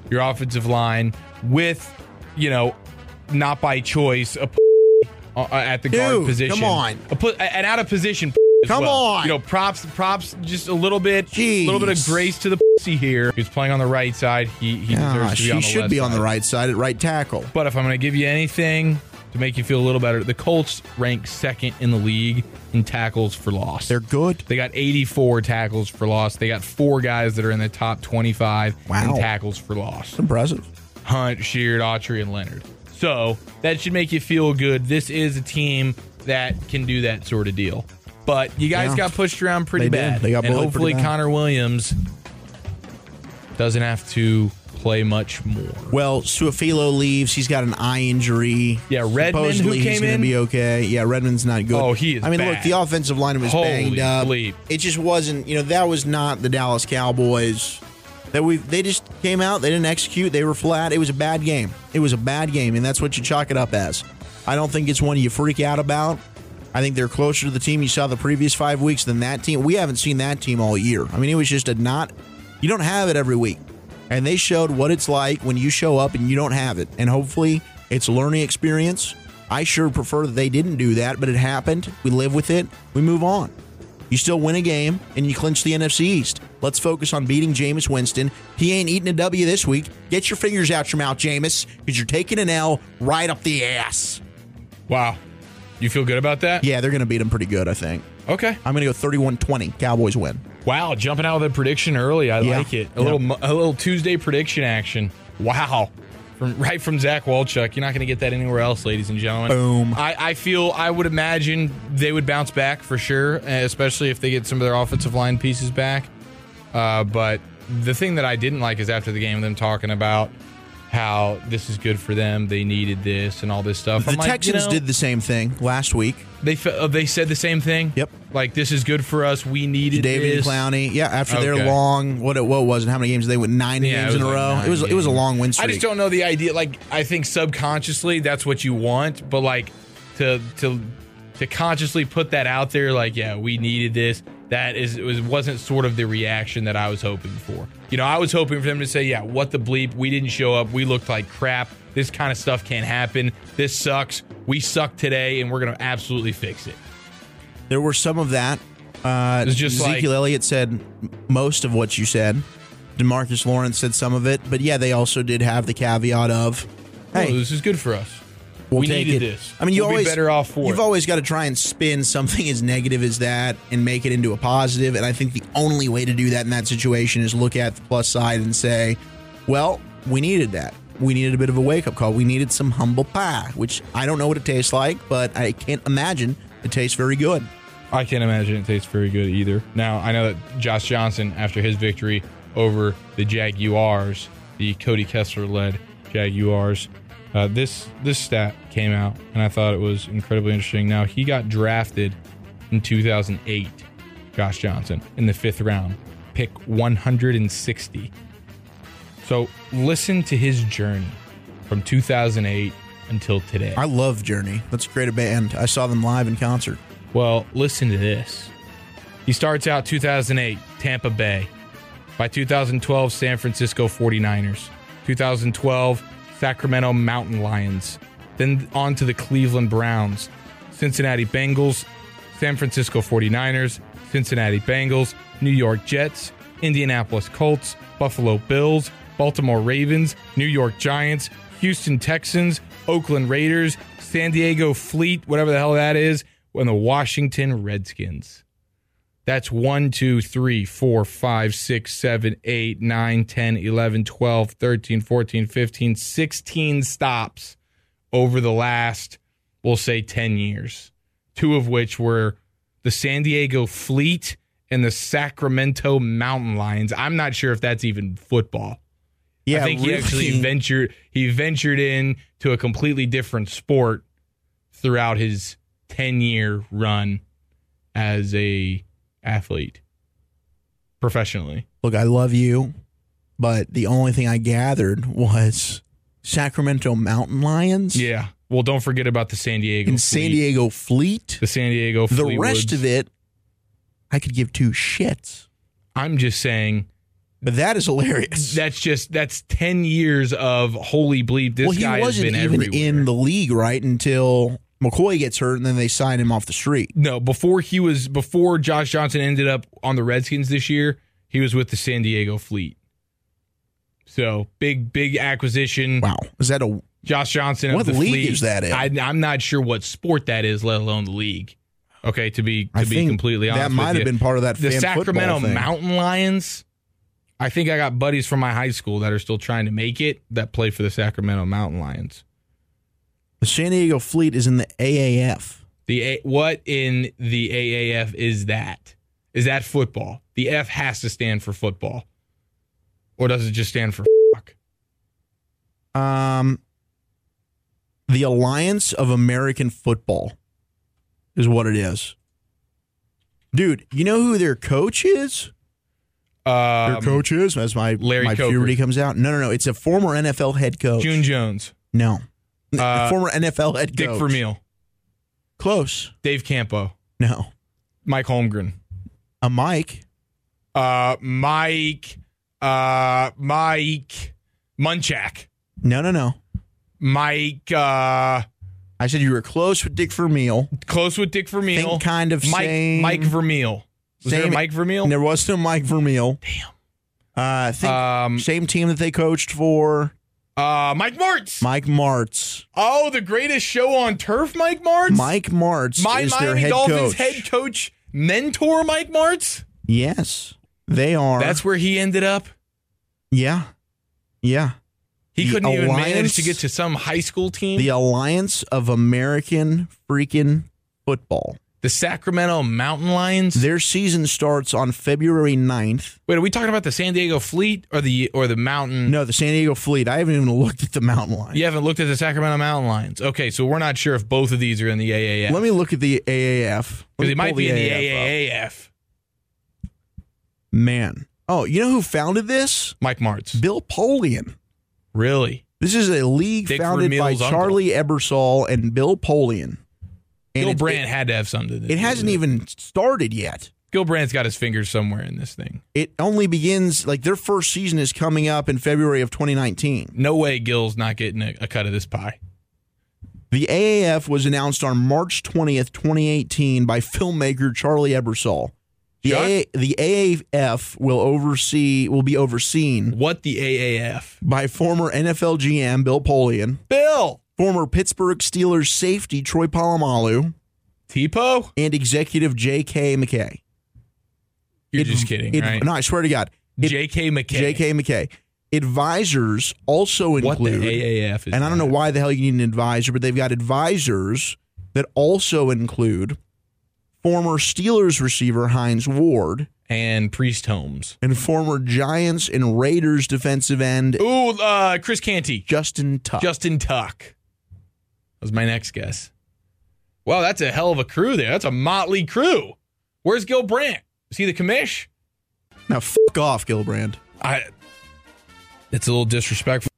[SPEAKER 2] your offensive line, with, you know, not by choice, a p- uh, at the
[SPEAKER 1] Dude,
[SPEAKER 2] guard position.
[SPEAKER 1] come on.
[SPEAKER 2] a pu- an out of position. p- as
[SPEAKER 1] Come
[SPEAKER 2] well.
[SPEAKER 1] on.
[SPEAKER 2] You know, props, props, just a little bit, a little bit of
[SPEAKER 1] Jeez.
[SPEAKER 2] grace to the pussy here. He's playing on the right side. He he deserves
[SPEAKER 1] Gosh,
[SPEAKER 2] to
[SPEAKER 1] he
[SPEAKER 2] be on the
[SPEAKER 1] Ah, should
[SPEAKER 2] left
[SPEAKER 1] be on the
[SPEAKER 2] side.
[SPEAKER 1] right side at right tackle.
[SPEAKER 2] But if I'm going to give you anything to make you feel a little better, the Colts rank second in the league in tackles for loss.
[SPEAKER 1] They're good.
[SPEAKER 2] They got 84 tackles for loss. They got four guys that are in the top 25
[SPEAKER 1] Wow.
[SPEAKER 2] in tackles for loss.
[SPEAKER 1] Impressive.
[SPEAKER 2] Hunt, Sheard, Autry, and Leonard. So that should make you feel good. This is a team that can do that sort of deal. But you guys
[SPEAKER 1] Yeah.
[SPEAKER 2] got pushed around pretty
[SPEAKER 1] They did.
[SPEAKER 2] bad.
[SPEAKER 1] They got
[SPEAKER 2] and
[SPEAKER 1] bullied pretty
[SPEAKER 2] hopefully
[SPEAKER 1] bad.
[SPEAKER 2] Connor Williams doesn't have to play much more.
[SPEAKER 1] Well, Suafilo leaves. He's got an eye injury.
[SPEAKER 2] Yeah, Redmond, who
[SPEAKER 1] Supposedly he's
[SPEAKER 2] came
[SPEAKER 1] gonna
[SPEAKER 2] in-
[SPEAKER 1] be okay. Yeah, Redmond's not good.
[SPEAKER 2] Oh, he is
[SPEAKER 1] I mean, look,
[SPEAKER 2] bad.
[SPEAKER 1] the offensive line was
[SPEAKER 2] Holy
[SPEAKER 1] banged up.
[SPEAKER 2] bleep.
[SPEAKER 1] It just wasn't. You know, that was not the Dallas Cowboys. That we they just came out. They didn't execute. They were flat. It was a bad game. It was a bad game, and that's what you chalk it up as. I don't think it's one you freak out about. I think they're closer to the team you saw the previous five weeks than that team. We haven't seen that team all year. I mean, it was just a not. You don't have it every week, and they showed what it's like when you show up and you don't have it. And hopefully, it's a learning experience. I sure prefer that they didn't do that, but it happened. We live with it. We move on. You still win a game and you clinch the NFC East. Let's focus on beating Jameis Winston. He ain't eating a W this week. Get your fingers out your mouth, Jameis, because you're taking an L right up the ass.
[SPEAKER 2] Wow. You feel good about that?
[SPEAKER 1] Yeah, they're going to beat him pretty good, I think.
[SPEAKER 2] Okay.
[SPEAKER 1] I'm going to go 31 20. Cowboys win.
[SPEAKER 2] Wow, jumping out with a prediction early. I
[SPEAKER 1] Yeah.
[SPEAKER 2] like it. A
[SPEAKER 1] Yeah.
[SPEAKER 2] little mo- a little Tuesday prediction action. Wow. From <laughs> right from Zach Walchuk. You're not going to get that anywhere else, ladies and gentlemen.
[SPEAKER 1] Boom.
[SPEAKER 2] I, I feel I would imagine they would bounce back for sure, eh, especially if they get some of their offensive line pieces back. Uh, but the thing that I didn't like is after the game them talking about how this is good for them. They needed this and all this stuff.
[SPEAKER 1] The
[SPEAKER 2] I'm like, you
[SPEAKER 1] Texans
[SPEAKER 2] know,
[SPEAKER 1] did the same thing last week.
[SPEAKER 2] They fe- uh, they said the same thing.
[SPEAKER 1] Yep.
[SPEAKER 2] Like this is good for us. We needed
[SPEAKER 1] David
[SPEAKER 2] this.
[SPEAKER 1] Clowney, yeah. After
[SPEAKER 2] Okay.
[SPEAKER 1] their long, what it what was it? How many games did they win? Nine
[SPEAKER 2] Yeah,
[SPEAKER 1] games
[SPEAKER 2] it
[SPEAKER 1] in a
[SPEAKER 2] was like
[SPEAKER 1] row.
[SPEAKER 2] nine
[SPEAKER 1] It was it was a
[SPEAKER 2] games.
[SPEAKER 1] long win streak.
[SPEAKER 2] I just don't know the idea. Like I think subconsciously that's what you want, but like to to to consciously put that out there, like yeah, we needed this. That is it was wasn't sort of the reaction that I was hoping for. You know, I was hoping for them to say, yeah, what the bleep? We didn't show up. We looked like crap. This kind of stuff can't happen. This sucks. We suck today, and we're gonna absolutely fix it.
[SPEAKER 1] There were some of that. Uh,
[SPEAKER 2] It's just
[SPEAKER 1] Ezekiel
[SPEAKER 2] like-
[SPEAKER 1] Elliott said m- most of what you said. Demarcus Lawrence said some of it, but yeah, they also did have the caveat of,
[SPEAKER 2] Oh,
[SPEAKER 1] "Hey,
[SPEAKER 2] this is good for us.
[SPEAKER 1] we'll
[SPEAKER 2] we
[SPEAKER 1] take
[SPEAKER 2] needed
[SPEAKER 1] it."
[SPEAKER 2] this.
[SPEAKER 1] I mean, you
[SPEAKER 2] We'll be
[SPEAKER 1] always
[SPEAKER 2] better off for
[SPEAKER 1] You've
[SPEAKER 2] it.
[SPEAKER 1] always got to try and spin something <laughs> as negative as that and make it into a positive. And I think the only way to do that in that situation is look at the plus side and say, "Well, we needed that. We needed a bit of a wake up call. We needed some humble pie, which I don't know what it tastes like, but I can't imagine it tastes very good."
[SPEAKER 2] I can't imagine it tastes very good either. Now I know that Josh Johnson, after his victory over the Jaguars, the Cody Kessler-led Jaguars, uh, this this stat came out, and I thought it was incredibly interesting. Now he got drafted in 2008, Josh Johnson, in the fifth round, pick 160. So listen to his journey from 2008 until today.
[SPEAKER 1] I love Journey. That's a great band. I saw them live in concert.
[SPEAKER 2] Well, listen to this. He starts out 2008, Tampa Bay. By 2012, San Francisco 49ers. 2012, Sacramento Mountain Lions. Then on to the Cleveland Browns, Cincinnati Bengals, San Francisco 49ers, Cincinnati Bengals, New York Jets, Indianapolis Colts, Buffalo Bills, Baltimore Ravens, New York Giants, Houston Texans, Oakland Raiders, San Diego Fleet, whatever the hell that is, and the Washington Redskins. That's 1, 2, 3, 4, 5, 6, 7, 8, 9, 10, 11, 12, 13, 14, 15, 16 stops over the last, we'll say, 10 years. Two of which were the San Diego Fleet and the Sacramento Mountain Lions. I'm not sure if that's even football.
[SPEAKER 1] Yeah,
[SPEAKER 2] I think he actually
[SPEAKER 1] really.
[SPEAKER 2] ventured he ventured in to a completely different sport throughout his 10-year run as a athlete professionally.
[SPEAKER 1] <laughs> Look, I love you, but the only thing I gathered was Sacramento Mountain Lions
[SPEAKER 2] Yeah. Well, don't forget about the San Diego
[SPEAKER 1] and San
[SPEAKER 2] Fleet-
[SPEAKER 1] Diego Fleet.
[SPEAKER 2] the San Diego
[SPEAKER 1] The
[SPEAKER 2] Fleetwoods.
[SPEAKER 1] rest of it, I could give two shits.
[SPEAKER 2] I'm just saying
[SPEAKER 1] But that is hilarious.
[SPEAKER 2] that's just that's 10 years of holy bleep this
[SPEAKER 1] well, he
[SPEAKER 2] guy
[SPEAKER 1] wasn't
[SPEAKER 2] has been
[SPEAKER 1] even
[SPEAKER 2] everywhere.
[SPEAKER 1] in the league right until McCoy gets hurt, and then they sign him off the street.
[SPEAKER 2] No, before he was before Josh Johnson ended up on the Redskins this year, he was with the San Diego Fleet. So big, big acquisition.
[SPEAKER 1] Wow, is that a?
[SPEAKER 2] Josh Johnson of
[SPEAKER 1] What
[SPEAKER 2] the
[SPEAKER 1] league
[SPEAKER 2] Fleet.
[SPEAKER 1] is that in?
[SPEAKER 2] I, I'm not sure what sport that is, let alone the league. Okay, to be to
[SPEAKER 1] I
[SPEAKER 2] be
[SPEAKER 1] think
[SPEAKER 2] completely honest,
[SPEAKER 1] that
[SPEAKER 2] with
[SPEAKER 1] might
[SPEAKER 2] you.
[SPEAKER 1] have been part of that.
[SPEAKER 2] the
[SPEAKER 1] fan football
[SPEAKER 2] Sacramento
[SPEAKER 1] thing.
[SPEAKER 2] Mountain Lions. I think I got buddies from my high school that are still trying to make it that play for the Sacramento Mountain Lions.
[SPEAKER 1] The San Diego Fleet is in the AAF.
[SPEAKER 2] The A- what in the AAF is that? Is that football? The F has to stand for football, or does it just stand for fuck?
[SPEAKER 1] Um, the Alliance of American Football is what it is. Dude, you know who their coach is?
[SPEAKER 2] Um,
[SPEAKER 1] coach is as my
[SPEAKER 2] Larry
[SPEAKER 1] my
[SPEAKER 2] Coker.
[SPEAKER 1] puberty comes out. No, no, no. It's a former NFL head coach.
[SPEAKER 2] June Jones,
[SPEAKER 1] No, <laughs>
[SPEAKER 2] Uh,
[SPEAKER 1] former NFL head
[SPEAKER 2] Dick
[SPEAKER 1] coach.
[SPEAKER 2] Vermeil,
[SPEAKER 1] Close.
[SPEAKER 2] Dave Campo,
[SPEAKER 1] No,
[SPEAKER 2] Mike Holmgren.
[SPEAKER 1] a Mike.
[SPEAKER 2] uh, Mike, uh, Mike Munchak,
[SPEAKER 1] No, no, no.
[SPEAKER 2] Mike, uh,
[SPEAKER 1] I said you were close with Dick Vermeil.
[SPEAKER 2] close with Dick Vermeil,
[SPEAKER 1] Think kind of
[SPEAKER 2] Mike,
[SPEAKER 1] same-
[SPEAKER 2] Mike Vermeil. Was there a
[SPEAKER 1] same-
[SPEAKER 2] Mike Vermeil?
[SPEAKER 1] And there was no Mike Vermeil. Damn. Uh, I think
[SPEAKER 2] Um,
[SPEAKER 1] same team that they coached for.
[SPEAKER 2] uh, Mike Martz.
[SPEAKER 1] Mike Martz.
[SPEAKER 2] oh, the greatest show on turf, Mike Martz.
[SPEAKER 1] Mike Martz
[SPEAKER 2] my
[SPEAKER 1] is their
[SPEAKER 2] Miami
[SPEAKER 1] head
[SPEAKER 2] Dolphins
[SPEAKER 1] coach.
[SPEAKER 2] head coach mentor, Mike Martz.
[SPEAKER 1] Yes, they are.
[SPEAKER 2] That's where he ended up.
[SPEAKER 1] yeah, yeah.
[SPEAKER 2] He
[SPEAKER 1] The
[SPEAKER 2] couldn't even manage
[SPEAKER 1] Alliance-
[SPEAKER 2] to get to some high school team.
[SPEAKER 1] The Alliance of American Freaking Football.
[SPEAKER 2] The Sacramento Mountain Lions.
[SPEAKER 1] Their season starts on February 9th.
[SPEAKER 2] Wait, are we talking about the San Diego Fleet or the or the Mountain?
[SPEAKER 1] No, the San Diego Fleet. I haven't even <laughs> looked at the mountain line.
[SPEAKER 2] You haven't looked at the Sacramento Mountain Lions. Okay, so we're not sure if both of these are in the AAF.
[SPEAKER 1] Let me look at the AAF. Let
[SPEAKER 2] Because
[SPEAKER 1] me
[SPEAKER 2] it
[SPEAKER 1] pull
[SPEAKER 2] might be in the
[SPEAKER 1] up.
[SPEAKER 2] AAF.
[SPEAKER 1] Man. Oh, you know who founded this?
[SPEAKER 2] Mike Martz.
[SPEAKER 1] Bill Polian.
[SPEAKER 2] Really?
[SPEAKER 1] This is a league
[SPEAKER 2] Dick
[SPEAKER 1] founded by
[SPEAKER 2] Vermeil's uncle.
[SPEAKER 1] Charlie Ebersol and Bill Polian. And
[SPEAKER 2] Gil
[SPEAKER 1] it-
[SPEAKER 2] Brandt had to have something. To
[SPEAKER 1] It, it
[SPEAKER 2] do
[SPEAKER 1] hasn't
[SPEAKER 2] with
[SPEAKER 1] even started yet.
[SPEAKER 2] Gil Brandt's got his fingers somewhere in this thing.
[SPEAKER 1] It only begins like their first season is coming up in February of 2019.
[SPEAKER 2] No way Gil's not getting a, a cut of this pie.
[SPEAKER 1] The AAF was announced on March 20th, 2018 by filmmaker Charlie Ebersol. The,
[SPEAKER 2] Chuck?
[SPEAKER 1] A- the AAF will oversee will be overseen
[SPEAKER 2] What the AAF?
[SPEAKER 1] by former NFL GM Bill Polian,
[SPEAKER 2] Bill!
[SPEAKER 1] former Pittsburgh Steelers safety Troy Polamalu,
[SPEAKER 2] Tipo?
[SPEAKER 1] and executive J.K. McKay.
[SPEAKER 2] You're
[SPEAKER 1] Ad-
[SPEAKER 2] just kidding,
[SPEAKER 1] ad-
[SPEAKER 2] right?
[SPEAKER 1] No, I swear to God. Ad-
[SPEAKER 2] J.K. McKay.
[SPEAKER 1] J.K. McKay. Advisors also
[SPEAKER 2] What the
[SPEAKER 1] include,
[SPEAKER 2] AAF is
[SPEAKER 1] and I don't know
[SPEAKER 2] that?
[SPEAKER 1] why the hell you need an advisor, but they've got advisors that also include former Steelers receiver Heinz Ward
[SPEAKER 2] And Priest Holmes.
[SPEAKER 1] and former Giants and Raiders defensive end
[SPEAKER 2] Ooh, uh, Chris Canty.
[SPEAKER 1] Justin Tuck.
[SPEAKER 2] Justin Tuck. That was my next guess. Wow, that's a hell of a crew there. That's a motley crew. Where's Gil Brandt? Is he the commish?
[SPEAKER 1] now, fuck off, Gilbrand.
[SPEAKER 2] I. That's a little disrespectful.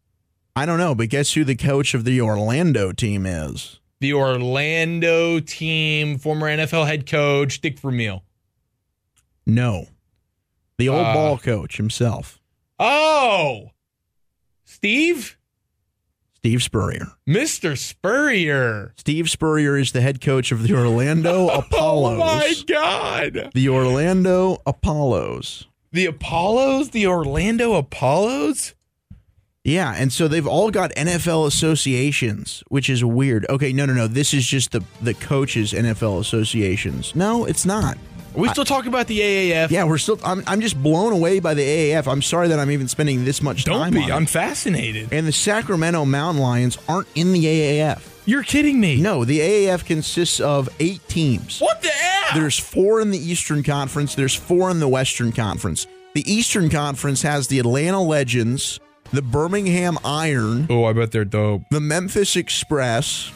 [SPEAKER 1] I don't know, but guess who the coach of the Orlando team is?
[SPEAKER 2] The Orlando team, former NFL head coach Dick Vermeil.
[SPEAKER 1] No. The old
[SPEAKER 2] Uh,
[SPEAKER 1] ball coach himself,
[SPEAKER 2] Oh, Steve,
[SPEAKER 1] Steve Spurrier.
[SPEAKER 2] Mr. Spurrier.
[SPEAKER 1] Steve Spurrier is the head coach of the Orlando Apollos.
[SPEAKER 2] <laughs> Oh my God,
[SPEAKER 1] The Orlando Apollos.
[SPEAKER 2] the Apollos, the Orlando Apollos.
[SPEAKER 1] Yeah, and so they've all got NFL associations, which is weird. Okay, no, no, no. This is just the the coaches' NFL associations. No, it's not.
[SPEAKER 2] Are we still talking about the AAF?
[SPEAKER 1] Yeah, we're still. I'm, I'm just blown away by the AAF. I'm sorry that I'm even spending this much
[SPEAKER 2] Don't
[SPEAKER 1] time.
[SPEAKER 2] be.
[SPEAKER 1] on it.
[SPEAKER 2] I'm fascinated.
[SPEAKER 1] And the Sacramento Mountain Lions aren't in the AAF.
[SPEAKER 2] You're kidding me.
[SPEAKER 1] No, the AAF consists of eight teams.
[SPEAKER 2] What the F?
[SPEAKER 1] There's four in the Eastern Conference. There's four in the Western Conference. The Eastern Conference has the Atlanta Legends, the Birmingham Iron,
[SPEAKER 2] oh, I bet they're dope.
[SPEAKER 1] the Memphis Express,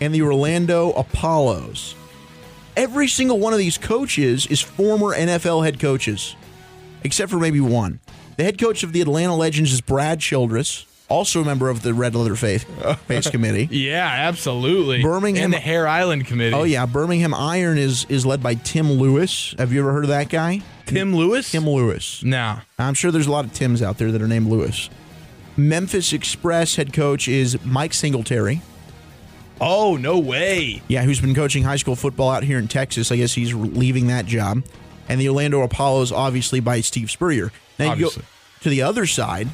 [SPEAKER 1] and the Orlando Apollos. Every single one of these coaches is former NFL head coaches, except for maybe one. The head coach of the Atlanta Legends is Brad Childress, also a member of the Red Leather Faith Face Committee.
[SPEAKER 2] Yeah, absolutely.
[SPEAKER 1] Birmingham-
[SPEAKER 2] and the Hare Island Committee.
[SPEAKER 1] Oh yeah, Birmingham Iron is is led by Tim Lewis. Have you ever heard of that guy?
[SPEAKER 2] Tim Lewis.
[SPEAKER 1] Tim Lewis.
[SPEAKER 2] nah.
[SPEAKER 1] I'm sure there's a lot of Tims out there that are named Lewis. Memphis Express head coach is Mike Singletary.
[SPEAKER 2] Oh no way.
[SPEAKER 1] Yeah, who's been coaching high school football out here in Texas. I guess he's leaving that job. And the Orlando Apollos, obviously, by Steve Spurrier. Now you go
[SPEAKER 2] Obviously.
[SPEAKER 1] to the other side.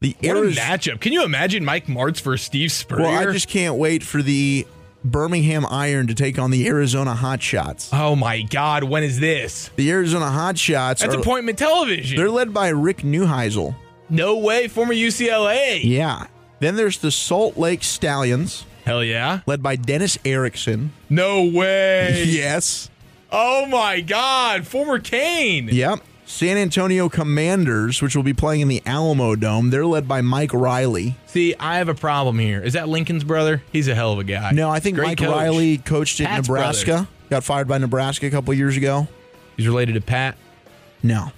[SPEAKER 1] The
[SPEAKER 2] What a
[SPEAKER 1] Ariz-
[SPEAKER 2] matchup. Can you imagine Mike Martz versus Steve Spurrier?
[SPEAKER 1] Well, I just can't wait for the Birmingham Iron to take on the Arizona Hotshots.
[SPEAKER 2] oh my God, when is this?
[SPEAKER 1] The Arizona Hotshots
[SPEAKER 2] That's
[SPEAKER 1] are
[SPEAKER 2] appointment television.
[SPEAKER 1] They're led by Rick Neuheisel.
[SPEAKER 2] no way, former UCLA.
[SPEAKER 1] Yeah. Then there's the Salt Lake Stallions,
[SPEAKER 2] Hell yeah.
[SPEAKER 1] led by Dennis Erickson. <laughs>
[SPEAKER 2] No way.
[SPEAKER 1] Yes.
[SPEAKER 2] Oh my God, former Kane.
[SPEAKER 1] Yep. San Antonio Commanders, which will be playing in the Alamo Dome, they're led by Mike Riley.
[SPEAKER 2] See, I have a problem here. Is that Lincoln's brother? He's a hell of a guy.
[SPEAKER 1] No, I think
[SPEAKER 2] Great
[SPEAKER 1] Mike
[SPEAKER 2] coach.
[SPEAKER 1] Riley coached at
[SPEAKER 2] Pat's
[SPEAKER 1] Nebraska.
[SPEAKER 2] brother.
[SPEAKER 1] Got fired by Nebraska a couple years ago.
[SPEAKER 2] He's related to Pat
[SPEAKER 1] No,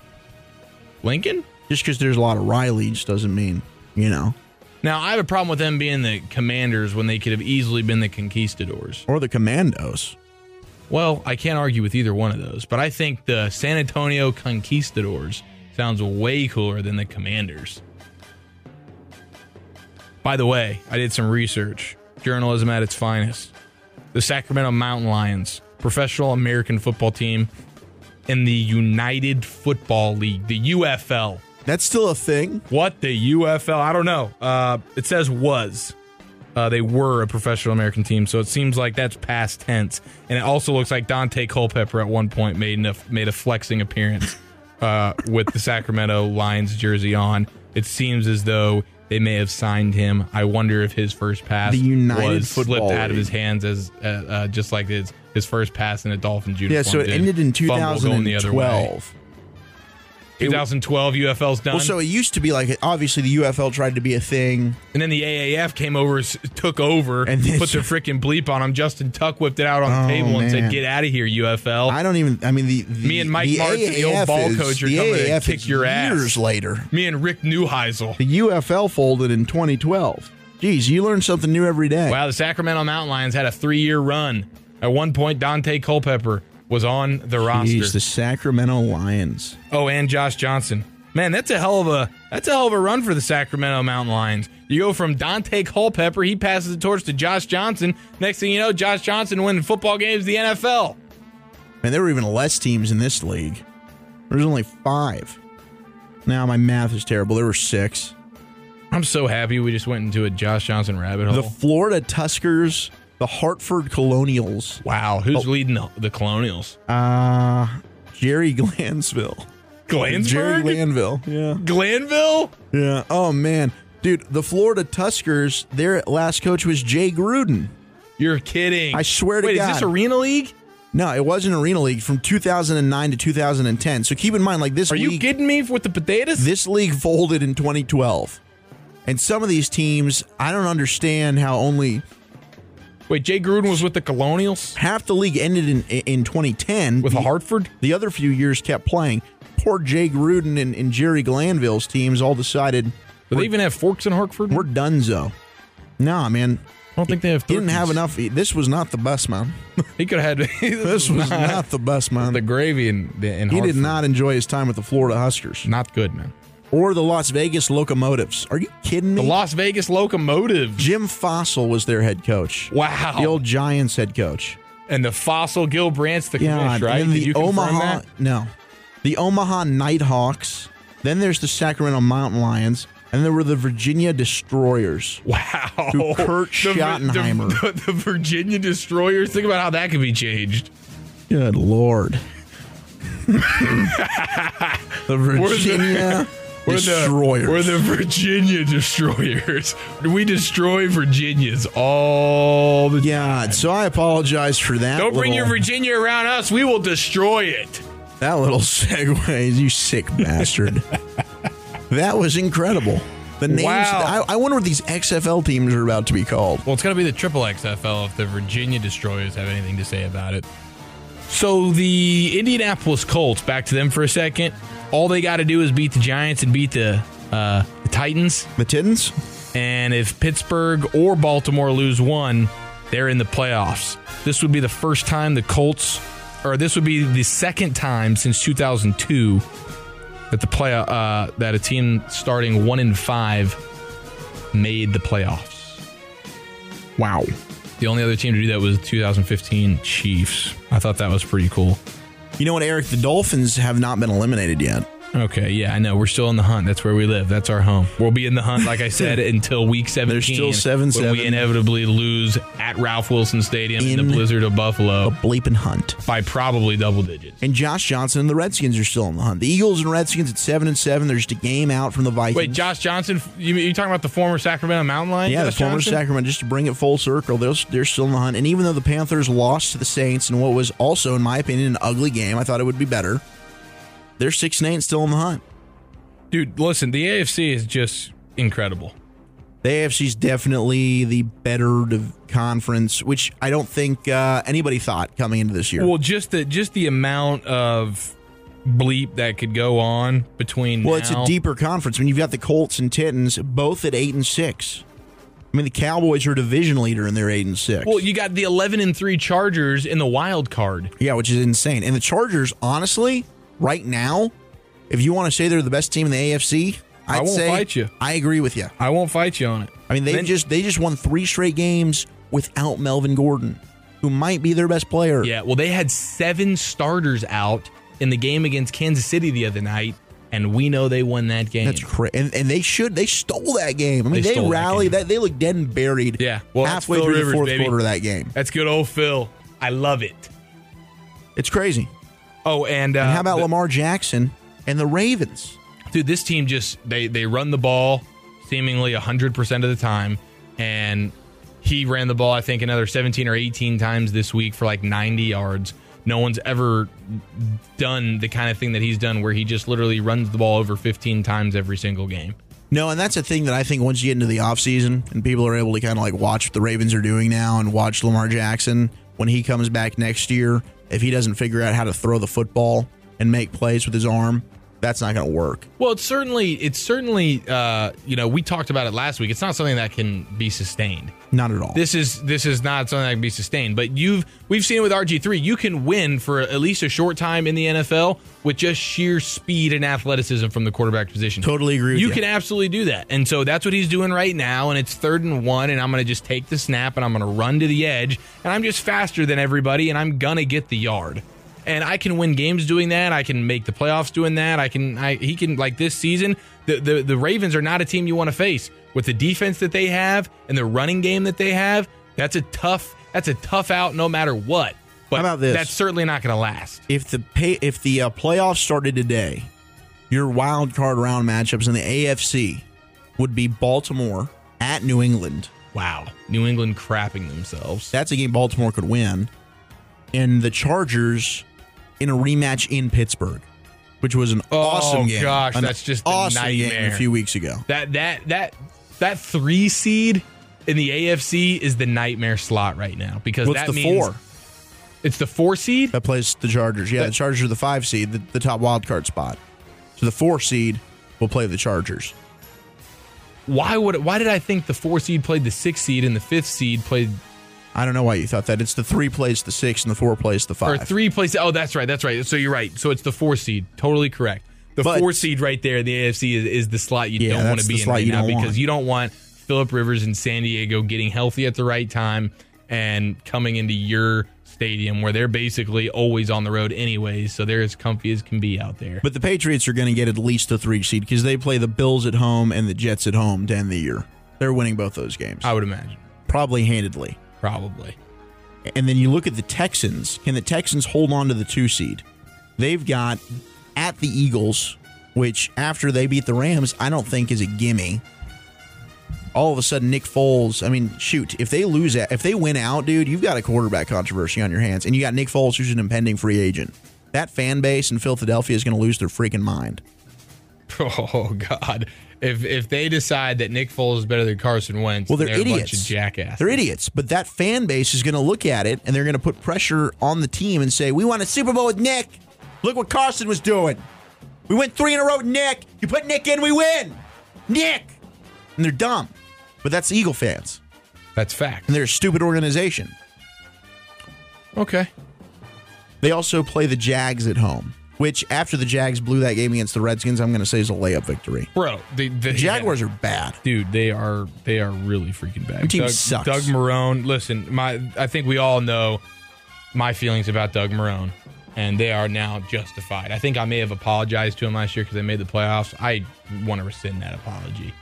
[SPEAKER 2] Lincoln.
[SPEAKER 1] just because there's a lot of Rileys doesn't mean you know,
[SPEAKER 2] Now, I have a problem with them being the commanders when they could have easily been the conquistadors.
[SPEAKER 1] or the Commandos.
[SPEAKER 2] Well, I can't argue with either one of those, but I think the San Antonio conquistadors sounds way cooler than the commanders. By the way, I did some research. Journalism at its finest. The Sacramento Mountain Lions, professional American football team in the United Football League, the UFL.
[SPEAKER 1] That's still a thing.
[SPEAKER 2] What the UFL? I don't know. Uh, it says was. Uh, they were a professional American team, so it seems like that's past tense. And it also looks like Dante Culpepper at one point made a, made a flexing appearance uh, with the Sacramento Lions jersey on. It seems as though they may have signed him. I wonder if his first pass
[SPEAKER 1] The United
[SPEAKER 2] was slipped
[SPEAKER 1] Football
[SPEAKER 2] out of his
[SPEAKER 1] League.
[SPEAKER 2] hands as uh, uh, just like his, his first pass in a Dolphins uniform.
[SPEAKER 1] Yeah, so it
[SPEAKER 2] did.
[SPEAKER 1] ended in
[SPEAKER 2] Fumble going the other way.
[SPEAKER 1] 2012.
[SPEAKER 2] 2012 UFL's done.
[SPEAKER 1] Well, so it used to be like obviously the UFL tried to be a thing.
[SPEAKER 2] and then the AAF came over, s- took over,
[SPEAKER 1] And
[SPEAKER 2] and
[SPEAKER 1] then-
[SPEAKER 2] put the freaking bleep on him. Justin Tuck whipped it out on
[SPEAKER 1] Oh,
[SPEAKER 2] the table and
[SPEAKER 1] man.
[SPEAKER 2] said, "Get out of here, UFL."
[SPEAKER 1] I don't even. I mean, the, the
[SPEAKER 2] Me and Mike
[SPEAKER 1] the
[SPEAKER 2] Martz, the old
[SPEAKER 1] AAF
[SPEAKER 2] ball
[SPEAKER 1] is-
[SPEAKER 2] coach, are
[SPEAKER 1] the
[SPEAKER 2] coming to
[SPEAKER 1] AAF
[SPEAKER 2] kick
[SPEAKER 1] is
[SPEAKER 2] your ass.
[SPEAKER 1] years later.
[SPEAKER 2] Me and Rick Neuheisel.
[SPEAKER 1] The UFL folded in 2012. Geez, you learn something new every day.
[SPEAKER 2] Wow, the Sacramento Mountain Lions had a three-year run. At one point, Dante Culpepper was on the roster.
[SPEAKER 1] Geez, the Sacramento Lions.
[SPEAKER 2] Oh, and Josh Johnson. Man, that's a hell of a that's a hell of a run for the Sacramento Mountain Lions. You go from Dante Culpepper, he passes the torch to Josh Johnson. Next thing you know, Josh Johnson winning football games, the NFL.
[SPEAKER 1] Man, there were even less teams in this league. There's only five. Now my math is terrible. There were six.
[SPEAKER 2] I'm so happy we just went into a Josh Johnson rabbit hole.
[SPEAKER 1] The Florida Tuskers, the Hartford Colonials,
[SPEAKER 2] wow, who's
[SPEAKER 1] Oh.
[SPEAKER 2] leading the, the Colonials?
[SPEAKER 1] uh, Jerry <laughs> Glansville. Jerry
[SPEAKER 2] Glansburg?
[SPEAKER 1] Glanville. Yeah.
[SPEAKER 2] Glanville?
[SPEAKER 1] Yeah. Oh man, dude, the Florida Tuskers. Their last coach was Jay Gruden.
[SPEAKER 2] You're kidding.
[SPEAKER 1] I swear to
[SPEAKER 2] Wait,
[SPEAKER 1] God.
[SPEAKER 2] is this Arena League?
[SPEAKER 1] No, it was an Arena League from 2009 to 2010. So keep in mind, like this
[SPEAKER 2] Are you
[SPEAKER 1] league,
[SPEAKER 2] kidding me with the potatoes?
[SPEAKER 1] this league folded in 2012, and some of these teams, I don't understand how only
[SPEAKER 2] Wait, Jay Gruden was with the Colonials?
[SPEAKER 1] half the league ended in in 2010
[SPEAKER 2] With
[SPEAKER 1] the,
[SPEAKER 2] Hartford?
[SPEAKER 1] The other few years kept playing. Poor Jay Gruden and, and Jerry Glanville's teams all decided
[SPEAKER 2] Do they even have forks in Hartford?
[SPEAKER 1] we're donezo. Nah, man,
[SPEAKER 2] I don't think they have.
[SPEAKER 1] he didn't have
[SPEAKER 2] turkeys.
[SPEAKER 1] enough. This was not the best, man.
[SPEAKER 2] He could have had. <laughs>
[SPEAKER 1] This was not the best, man.
[SPEAKER 2] the gravy in, in
[SPEAKER 1] He did
[SPEAKER 2] Hartford.
[SPEAKER 1] not enjoy his time with the Florida Huskers
[SPEAKER 2] Not good, man.
[SPEAKER 1] or the Las Vegas Locomotives. Are you kidding me?
[SPEAKER 2] The Las Vegas Locomotive.
[SPEAKER 1] Jim Fossil was their head coach.
[SPEAKER 2] Wow.
[SPEAKER 1] The old Giants head coach.
[SPEAKER 2] and the fossil Gil Brandt's the
[SPEAKER 1] Yeah,
[SPEAKER 2] commish, right?
[SPEAKER 1] and
[SPEAKER 2] Did
[SPEAKER 1] the
[SPEAKER 2] you confirm
[SPEAKER 1] Omaha
[SPEAKER 2] that?
[SPEAKER 1] no, the Omaha Nighthawks. Then there's the Sacramento Mountain Lions, and there were the Virginia Destroyers.
[SPEAKER 2] Wow.
[SPEAKER 1] To Kurt
[SPEAKER 2] <laughs> The Vir-
[SPEAKER 1] Schottenheimer.
[SPEAKER 2] <laughs> The, the, the Virginia Destroyers. Think about how that could be changed.
[SPEAKER 1] Good <laughs> lord. the Virginia
[SPEAKER 2] <laughs> We're
[SPEAKER 1] Destroyers.
[SPEAKER 2] The, we're the Virginia Destroyers. We destroy Virginias all the
[SPEAKER 1] yeah, so I apologize for that.
[SPEAKER 2] Don't bring
[SPEAKER 1] little-
[SPEAKER 2] your Virginia around us. We will destroy it.
[SPEAKER 1] That little <laughs> segue, you sick bastard. that was incredible. The names.
[SPEAKER 2] Wow.
[SPEAKER 1] I, I wonder what these XFL teams are about to be called.
[SPEAKER 2] Well, it's going to be the Triple XFL if the Virginia Destroyers have anything to say about it. So the Indianapolis Colts, back to them for a second. All they got to do is beat the Giants and beat the, uh, the Titans.
[SPEAKER 1] The Titans?
[SPEAKER 2] And if Pittsburgh or Baltimore lose one, they're in the playoffs. This would be the first time the Colts, or this would be the second time since 2002 that the play uh, that a team starting one in five made the playoffs.
[SPEAKER 1] Wow.
[SPEAKER 2] The only other team to do that was 2015 Chiefs. I thought that was pretty cool.
[SPEAKER 1] You know what, Eric? The Dolphins have not been eliminated yet.
[SPEAKER 2] Okay, yeah, I know. We're still in the hunt. That's where we live. That's our home. We'll be in the hunt, like
[SPEAKER 1] <laughs>
[SPEAKER 2] I said, until week 17.
[SPEAKER 1] still seven,
[SPEAKER 2] when
[SPEAKER 1] seven.
[SPEAKER 2] we inevitably lose at Ralph Wilson Stadium in,
[SPEAKER 1] In-
[SPEAKER 2] the blizzard of
[SPEAKER 1] A
[SPEAKER 2] Buffalo
[SPEAKER 1] bleeping hunt.
[SPEAKER 2] by probably double digits.
[SPEAKER 1] And Josh Johnson and the Redskins are still in the hunt. The Eagles and Redskins at seven and seven. They're just a game out from the Vikings.
[SPEAKER 2] Wait, Josh Johnson, you, you talking about the former Sacramento Mountain Lion?
[SPEAKER 1] Yeah, the
[SPEAKER 2] Josh
[SPEAKER 1] former
[SPEAKER 2] Johnson?
[SPEAKER 1] Sacramento. Just to bring it full circle, they're, they're still in the hunt. And even though the Panthers lost to the Saints in what was also, in my opinion, an ugly game, I thought it would be better. They're six and eight, and still in the hunt.
[SPEAKER 2] Dude, listen, the AFC is just incredible.
[SPEAKER 1] The AFC's definitely the better div- conference, which I don't think uh, anybody thought coming into this year.
[SPEAKER 2] Well, just the just the amount of bleep that could go on between
[SPEAKER 1] Well, it's a
[SPEAKER 2] now-
[SPEAKER 1] deeper conference. I mean, you've got the Colts and Titans both at eight and six. I mean, the Cowboys are division leader and they're eight and six.
[SPEAKER 2] Well, you got the 11 and 3 Chargers in the wild card.
[SPEAKER 1] yeah, which is insane. And the Chargers, honestly, right now, if you want to say they're the best team in the AFC, I'd
[SPEAKER 2] I won't
[SPEAKER 1] say
[SPEAKER 2] fight you.
[SPEAKER 1] I agree with you.
[SPEAKER 2] I won't fight you on it.
[SPEAKER 1] I mean, they
[SPEAKER 2] Then-
[SPEAKER 1] just they just won three straight games without Melvin Gordon, who might be their best player.
[SPEAKER 2] Yeah, well, they had seven starters out in the game against Kansas City the other night, and we know they won that game.
[SPEAKER 1] That's crazy, and, and they should. They stole that game. I mean,
[SPEAKER 2] They
[SPEAKER 1] they,
[SPEAKER 2] stole that
[SPEAKER 1] rallied.
[SPEAKER 2] game.
[SPEAKER 1] That, they looked dead and buried.
[SPEAKER 2] Yeah, well, that's
[SPEAKER 1] halfway
[SPEAKER 2] Phil
[SPEAKER 1] through the
[SPEAKER 2] Rivers,
[SPEAKER 1] fourth
[SPEAKER 2] baby.
[SPEAKER 1] quarter of that game,
[SPEAKER 2] That's good old Phil. I love it.
[SPEAKER 1] it's crazy.
[SPEAKER 2] Oh, and, uh,
[SPEAKER 1] And how about
[SPEAKER 2] the-
[SPEAKER 1] Lamar Jackson and the Ravens?
[SPEAKER 2] Dude, this team just they they run the ball seemingly 100% of the time and He ran the ball, I think, another 17 or 18 times this week for like 90 yards. No one's ever done the kind of thing that he's done where he just literally runs the ball over 15 times every single game.
[SPEAKER 1] No, and that's a thing that I think once you get into the offseason and people are able to kind of like watch what the Ravens are doing now and watch Lamar Jackson when he comes back next year, if he doesn't figure out how to throw the football and make plays with his arm, that's not going to work.
[SPEAKER 2] Well, it's certainly it's certainly uh, you know we talked about it last week. It's not something that can be sustained.
[SPEAKER 1] Not at all.
[SPEAKER 2] This is this is not something that can be sustained. But you've we've seen it with RG three. You can win for at least a short time in the NFL with just sheer speed and athleticism from the quarterback position.
[SPEAKER 1] Totally agree with you.
[SPEAKER 2] you can absolutely do that, and so that's what he's doing right now. And it's third and one, and I'm going to just take the snap and I'm going to run to the edge, and I'm just faster than everybody, and I'm gonna get the yard and I can win games doing that. I can make the playoffs doing that. I can. I, he can like this season. The, the the Ravens are not a team you want to face with the defense that they have and the running game that they have. That's a tough. That's a tough out no matter what. But
[SPEAKER 1] How about this?
[SPEAKER 2] that's certainly not going to last.
[SPEAKER 1] if the pay, if the uh, playoffs started today, your wild card round matchups in the AFC would be Baltimore at New England.
[SPEAKER 2] Wow, New England crapping themselves.
[SPEAKER 1] That's a game Baltimore could win, and the Chargers in a rematch in Pittsburgh, which was an
[SPEAKER 2] Oh,
[SPEAKER 1] awesome game.
[SPEAKER 2] gosh,
[SPEAKER 1] An
[SPEAKER 2] that's just a
[SPEAKER 1] awesome game
[SPEAKER 2] nightmare.
[SPEAKER 1] a few weeks ago.
[SPEAKER 2] That that that that three seed in the AFC is the nightmare slot right now because
[SPEAKER 1] What's
[SPEAKER 2] that
[SPEAKER 1] the
[SPEAKER 2] means
[SPEAKER 1] four
[SPEAKER 2] it's the four seed.
[SPEAKER 1] that plays the Chargers? Yeah, the Chargers are the five seed, the, the top wild card spot. So the four seed will play the Chargers.
[SPEAKER 2] Why would why did I think the four seed played the six seed and the fifth seed played
[SPEAKER 1] I don't know why you thought that. It's the three plays the six and the four plays the
[SPEAKER 2] or
[SPEAKER 1] five.
[SPEAKER 2] three places. Oh, that's right. That's right. So you're right. So it's the four seed. Totally correct. The
[SPEAKER 1] But-
[SPEAKER 2] four seed right there, in the AFC is, is the slot you
[SPEAKER 1] Yeah,
[SPEAKER 2] don't want
[SPEAKER 1] that's
[SPEAKER 2] to
[SPEAKER 1] the
[SPEAKER 2] be in
[SPEAKER 1] slot
[SPEAKER 2] right
[SPEAKER 1] you
[SPEAKER 2] now
[SPEAKER 1] don't want.
[SPEAKER 2] because you don't want Philip Rivers in San Diego getting healthy at the right time and coming into your stadium where they're basically always on the road anyways. So they're as comfy as can be out there.
[SPEAKER 1] But the Patriots are going to get at least a three seed because they play the Bills at home and the Jets at home to end the year. They're winning both those games,
[SPEAKER 2] I would imagine,
[SPEAKER 1] probably handedly.
[SPEAKER 2] probably. <laughs>
[SPEAKER 1] And then you look at the Texans. Can the Texans hold on to the two seed? They've got at the Eagles, which after they beat the Rams, I don't think is a gimme. All of a sudden, Nick Foles. I mean, shoot, if they lose, at, if they win out, dude, you've got a quarterback controversy on your hands, and you got Nick Foles, who's an impending free agent. That fan base in Philadelphia is going to lose their freaking mind.
[SPEAKER 2] Oh God! If if they decide that Nick Foles is better than Carson Wentz,
[SPEAKER 1] Well, they're,
[SPEAKER 2] a
[SPEAKER 1] idiots.
[SPEAKER 2] bunch of jackasses.
[SPEAKER 1] They're idiots. But that fan base is going to look at it and they're going to put pressure on the team and say, "We won a Super Bowl with Nick. Look what Carson was doing. We went three in a row with Nick. You put Nick in, we win. Nick." And they're dumb. But that's Eagle fans
[SPEAKER 2] That's fact.
[SPEAKER 1] and they're a stupid organization.
[SPEAKER 2] Okay.
[SPEAKER 1] They also play the Jags at home, which after the Jags blew that game against the Redskins, I'm going to say is a layup victory.
[SPEAKER 2] bro. The, the
[SPEAKER 1] Jaguars are bad.
[SPEAKER 2] dude. They are they are really freaking bad.
[SPEAKER 1] team
[SPEAKER 2] Doug,
[SPEAKER 1] sucks.
[SPEAKER 2] Doug Marone. Listen, my I think we all know my feelings about Doug Marone, and they are now justified. I think I may have apologized to him last year because they made the playoffs. I want to rescind that apology.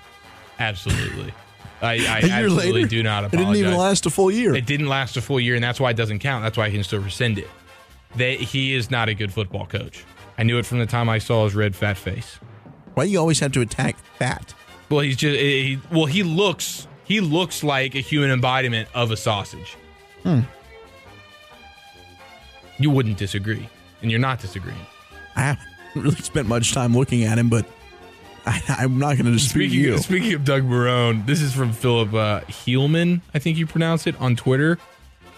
[SPEAKER 2] Absolutely. <laughs>
[SPEAKER 1] <laughs>
[SPEAKER 2] I, I
[SPEAKER 1] A year
[SPEAKER 2] absolutely
[SPEAKER 1] later,
[SPEAKER 2] do not
[SPEAKER 1] it
[SPEAKER 2] apologize.
[SPEAKER 1] didn't even last a full year.
[SPEAKER 2] It didn't last a full year, and that's why it doesn't count. That's why I can still rescind it. That he is not a good football coach. I knew it from the time I saw his red fat face.
[SPEAKER 1] Why do you always have to attack fat?
[SPEAKER 2] Well, he's just he, well. He looks he looks like a human embodiment of a sausage.
[SPEAKER 1] Hmm.
[SPEAKER 2] You wouldn't disagree, and you're not disagreeing.
[SPEAKER 1] I haven't really spent much time looking at him, but I, I'm not going to dispute
[SPEAKER 2] Speaking
[SPEAKER 1] you.
[SPEAKER 2] speaking of Doug Marone, this is from Philip uh, Heelman, I think you pronounce it on Twitter.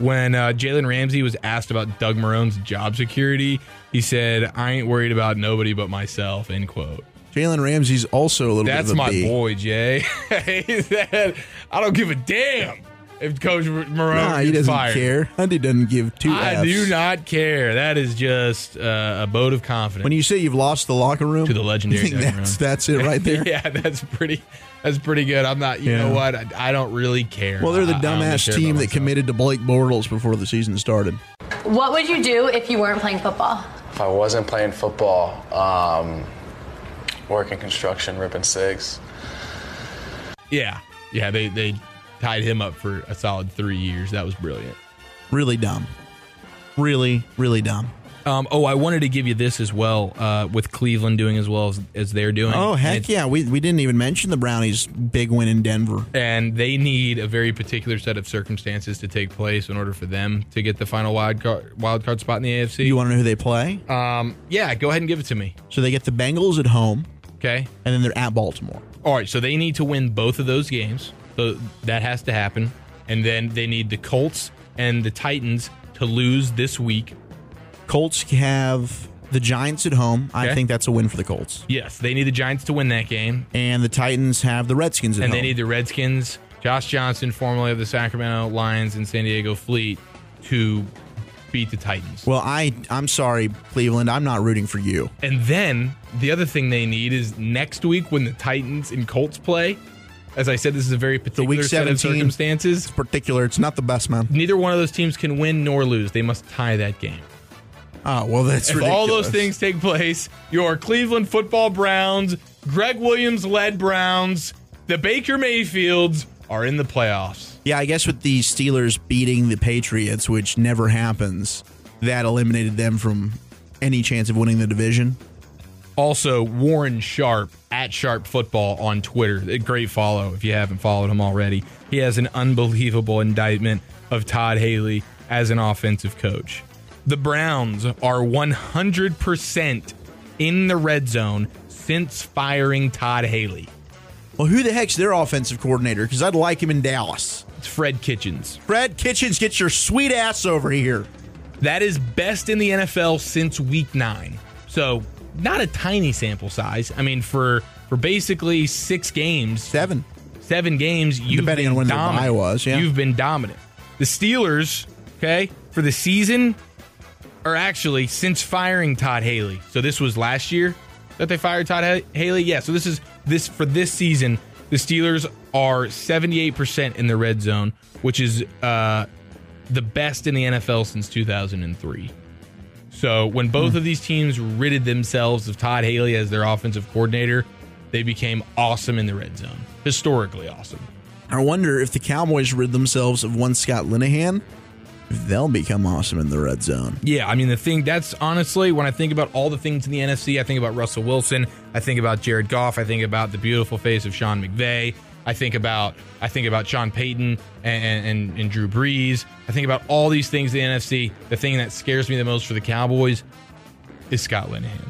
[SPEAKER 2] When uh, Jalen Ramsey was asked about Doug Marone's job security, he said, "I ain't worried about nobody but myself." End quote.
[SPEAKER 1] Jalen Ramsey's also a little bit of
[SPEAKER 2] That's
[SPEAKER 1] a
[SPEAKER 2] my
[SPEAKER 1] B.
[SPEAKER 2] boy, Jay. <laughs> he said, "I don't give a damn if Coach Marone
[SPEAKER 1] Nah, Ah, he
[SPEAKER 2] gets
[SPEAKER 1] doesn't
[SPEAKER 2] fired."
[SPEAKER 1] care. Andy doesn't give two
[SPEAKER 2] I
[SPEAKER 1] Fs.
[SPEAKER 2] do not care. That is just uh, a boat of confidence. <laughs>
[SPEAKER 1] When you say you've lost the locker room
[SPEAKER 2] To the legendary
[SPEAKER 1] you think <laughs>
[SPEAKER 2] Doug
[SPEAKER 1] that's
[SPEAKER 2] Marone.
[SPEAKER 1] that's it
[SPEAKER 2] <laughs>
[SPEAKER 1] right there.
[SPEAKER 2] yeah, that's pretty. That's pretty good. I'm not. You
[SPEAKER 1] Yeah.
[SPEAKER 2] know what? I, I don't really care.
[SPEAKER 1] Well, they're the
[SPEAKER 2] I- I only care
[SPEAKER 1] dumbass
[SPEAKER 2] about
[SPEAKER 1] team that
[SPEAKER 2] myself.
[SPEAKER 1] committed to Blake Bortles before the season started.
[SPEAKER 5] What would you do if you weren't playing football?
[SPEAKER 6] If I wasn't playing football, um, working construction, ripping six.
[SPEAKER 2] Yeah, yeah. They they tied him up for a solid three years. That was brilliant.
[SPEAKER 1] Really dumb. Really, really dumb.
[SPEAKER 2] Um, oh, I wanted to give you this as well uh, with Cleveland doing as well as, as they're doing.
[SPEAKER 1] Oh
[SPEAKER 2] And
[SPEAKER 1] heck
[SPEAKER 2] it-
[SPEAKER 1] yeah! We we didn't even mention the Brownies' big win in Denver.
[SPEAKER 2] And they need a very particular set of circumstances to take place in order for them to get the final wild card, wild card spot in the AFC.
[SPEAKER 1] You want to know who they play?
[SPEAKER 2] um, yeah, go ahead and give it to me.
[SPEAKER 1] So they get the Bengals at home,
[SPEAKER 2] Okay.
[SPEAKER 1] and then they're at Baltimore.
[SPEAKER 2] All right, so they need to win both of those games. So that has to happen. And then they need the Colts and the Titans to lose this week.
[SPEAKER 1] Colts have the Giants at home. I
[SPEAKER 2] Okay.
[SPEAKER 1] think that's a win for the Colts.
[SPEAKER 2] Yes, they need the Giants to win that game.
[SPEAKER 1] And the Titans have the Redskins at
[SPEAKER 2] And
[SPEAKER 1] home.
[SPEAKER 2] they need the Redskins, Josh Johnson, formerly of the Sacramento Lions and San Diego Fleet, to beat the Titans.
[SPEAKER 1] well, I I'm sorry, Cleveland. I'm not rooting for you.
[SPEAKER 2] And then the other thing they need is next week when the Titans and Colts play. As I said, this is a very particular
[SPEAKER 1] week
[SPEAKER 2] set of
[SPEAKER 1] 17
[SPEAKER 2] circumstances.
[SPEAKER 1] It's particular. It's not the best man.
[SPEAKER 2] Neither one of those teams can win nor lose. They must tie that game.
[SPEAKER 1] Oh well, that's
[SPEAKER 2] if
[SPEAKER 1] ridiculous.
[SPEAKER 2] all those things take place, your Cleveland football Browns, Greg Williams led Browns, the Baker Mayfields are in the playoffs.
[SPEAKER 1] Yeah, I guess with the Steelers beating the Patriots, which never happens, that eliminated them from any chance of winning the division.
[SPEAKER 2] Also, Warren Sharp at Sharp Football on Twitter. A great follow if you haven't followed him already. He has an unbelievable indictment of Todd Haley as an offensive coach. The Browns are 100% in the red zone since firing Todd Haley.
[SPEAKER 1] Well, who the heck's their offensive coordinator? Because I'd like him in Dallas.
[SPEAKER 2] It's Fred Kitchens.
[SPEAKER 1] Brad Kitchens, get your sweet ass over here.
[SPEAKER 2] That is best in the NFL since week nine. So not a tiny sample size. I mean, for for basically six games,
[SPEAKER 1] Seven.
[SPEAKER 2] seven games, you've
[SPEAKER 1] Depending
[SPEAKER 2] been
[SPEAKER 1] on when their
[SPEAKER 2] dominant.
[SPEAKER 1] bye was, yeah.
[SPEAKER 2] You've been dominant. The Steelers, okay, for the season, are actually since firing Todd Haley. So this was last year that they fired Todd Ha- Haley. Yeah. So this is this for this season. The Steelers are seventy eight percent in the red zone, which is uh, the best in the NFL since two thousand and three. So when
[SPEAKER 1] Hmm.
[SPEAKER 2] both of these teams ridded themselves of Todd Haley as their offensive coordinator, they became awesome in the red zone. Historically awesome.
[SPEAKER 1] I wonder if the Cowboys rid themselves of one Scott Linehan, if they'll become awesome in the red zone.
[SPEAKER 2] Yeah, I mean the thing that's honestly when I think about all the things in the NFC, I think about Russell Wilson, I think about Jared Goff, I think about the beautiful face of Sean McVay, I think about I think about Sean Payton and and, and Drew Brees. I think about all these things in the NFC. The thing that scares me the most for the Cowboys is Scott Linehan.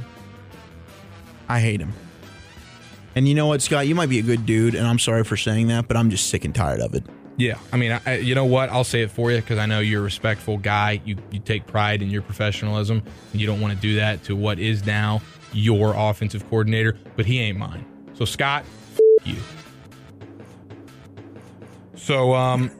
[SPEAKER 1] I hate him. And you know what, Scott? You might be a good dude, and I'm sorry for saying that, but I'm just sick and tired of it.
[SPEAKER 2] Yeah, I mean, I- I, you know what? I'll say it for you because I know you're a respectful guy. You you take pride in your professionalism, and you don't want to do that to what is now your offensive coordinator. But he ain't mine. So Scott, f- you. So um,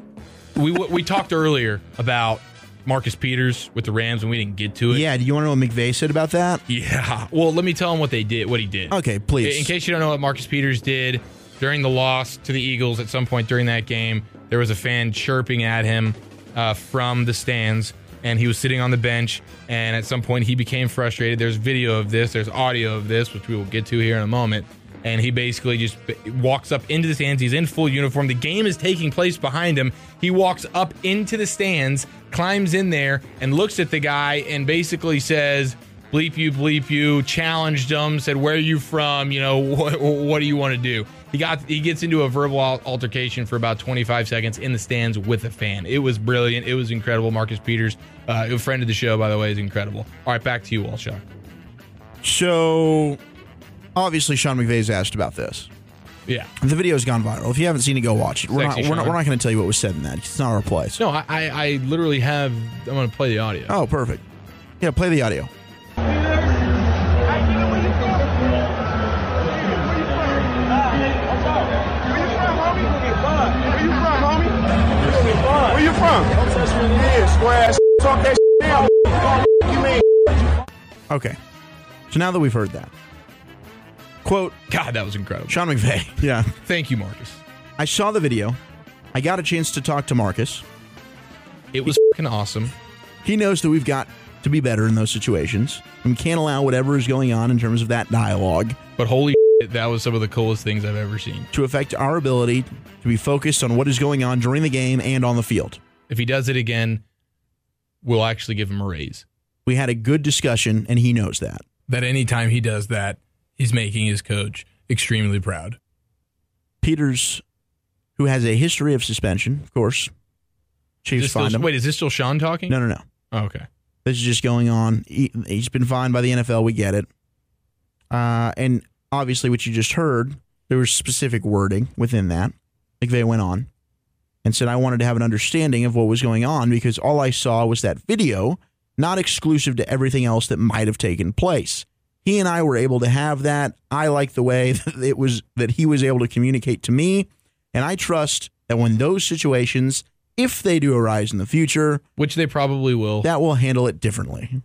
[SPEAKER 2] we we talked earlier about Marcus Peters with the Rams, and we didn't get to it.
[SPEAKER 1] Yeah, do you want to know what McVay said about that?
[SPEAKER 2] <laughs> Yeah. Well, let me tell him what they did. What he did.
[SPEAKER 1] Okay,
[SPEAKER 2] In-
[SPEAKER 1] please.
[SPEAKER 2] In case you don't know what Marcus Peters did during the loss to the Eagles at some point during that game, there was a fan chirping at him uh, from the stands, and he was sitting on the bench. And at some point, he became frustrated. There's video of this, there's audio of this, which we will get to here in a moment. And he basically just b- walks up into the stands. He's in full uniform. The game is taking place behind him. He walks up into the stands, climbs in there, and looks at the guy and basically says, bleep you, bleep you, challenged him, said, "Where are you from? You know, <laughs> what, what do you want to do?" He got he gets into a verbal al- altercation for about 25 seconds in the stands with a fan. It was brilliant. It was incredible. Marcus Peters, uh, a friend of the show, by the way, is incredible. All right, back to you, Walshaw.
[SPEAKER 1] So, obviously, Sean McVay's asked about this.
[SPEAKER 2] Yeah.
[SPEAKER 1] The video's gone viral. If you haven't seen it, go watch it. We're
[SPEAKER 2] Sexy
[SPEAKER 1] not, we're not,
[SPEAKER 2] Sean.
[SPEAKER 1] we're not going to tell you what was said in that. 'cause It's not our place.
[SPEAKER 2] No, I, I I literally have. I'm gonna play the audio.
[SPEAKER 1] Oh, perfect. Yeah, play the audio.
[SPEAKER 7] Where you from? Don't touch me in square ass. Talk that shit down. You mean?
[SPEAKER 1] Okay. So now that we've heard that, quote
[SPEAKER 2] God, that was incredible.
[SPEAKER 1] Sean McVay. Yeah.
[SPEAKER 2] Thank you, Marcus.
[SPEAKER 1] I saw the video. I got a chance to talk to Marcus.
[SPEAKER 2] It was fucking awesome.
[SPEAKER 1] He knows that we've got to be better in those situations. and We can't allow whatever is going on in terms of that dialogue
[SPEAKER 2] But holy, shit, that was some of the coolest things I've ever seen.
[SPEAKER 1] to affect our ability to be focused on what is going on during the game and on the field.
[SPEAKER 2] If he does it again, we'll actually give him a raise.
[SPEAKER 1] We had a good discussion, and he knows that.
[SPEAKER 2] That anytime he does that, he's making his coach extremely proud.
[SPEAKER 1] Peters, who has a history of suspension, of course,
[SPEAKER 2] Is
[SPEAKER 1] Chiefs
[SPEAKER 2] this still-
[SPEAKER 1] fined him.
[SPEAKER 2] wait, is this still Sean talking?
[SPEAKER 1] No, no, no.
[SPEAKER 2] Oh, okay.
[SPEAKER 1] This is just going on. He, he's been fined by the NFL. We get it. Uh, and obviously, what you just heard, there was specific wording within that. McVay went on and said, I wanted to have an understanding of what was going on because all I saw was that video, not exclusive to everything else that might have taken place. He and I were able to have that. I like the way <laughs> that it was that he was able to communicate to me. And I trust that when those situations, if they do arise in the future,
[SPEAKER 2] Which they probably will.
[SPEAKER 1] that will handle it differently.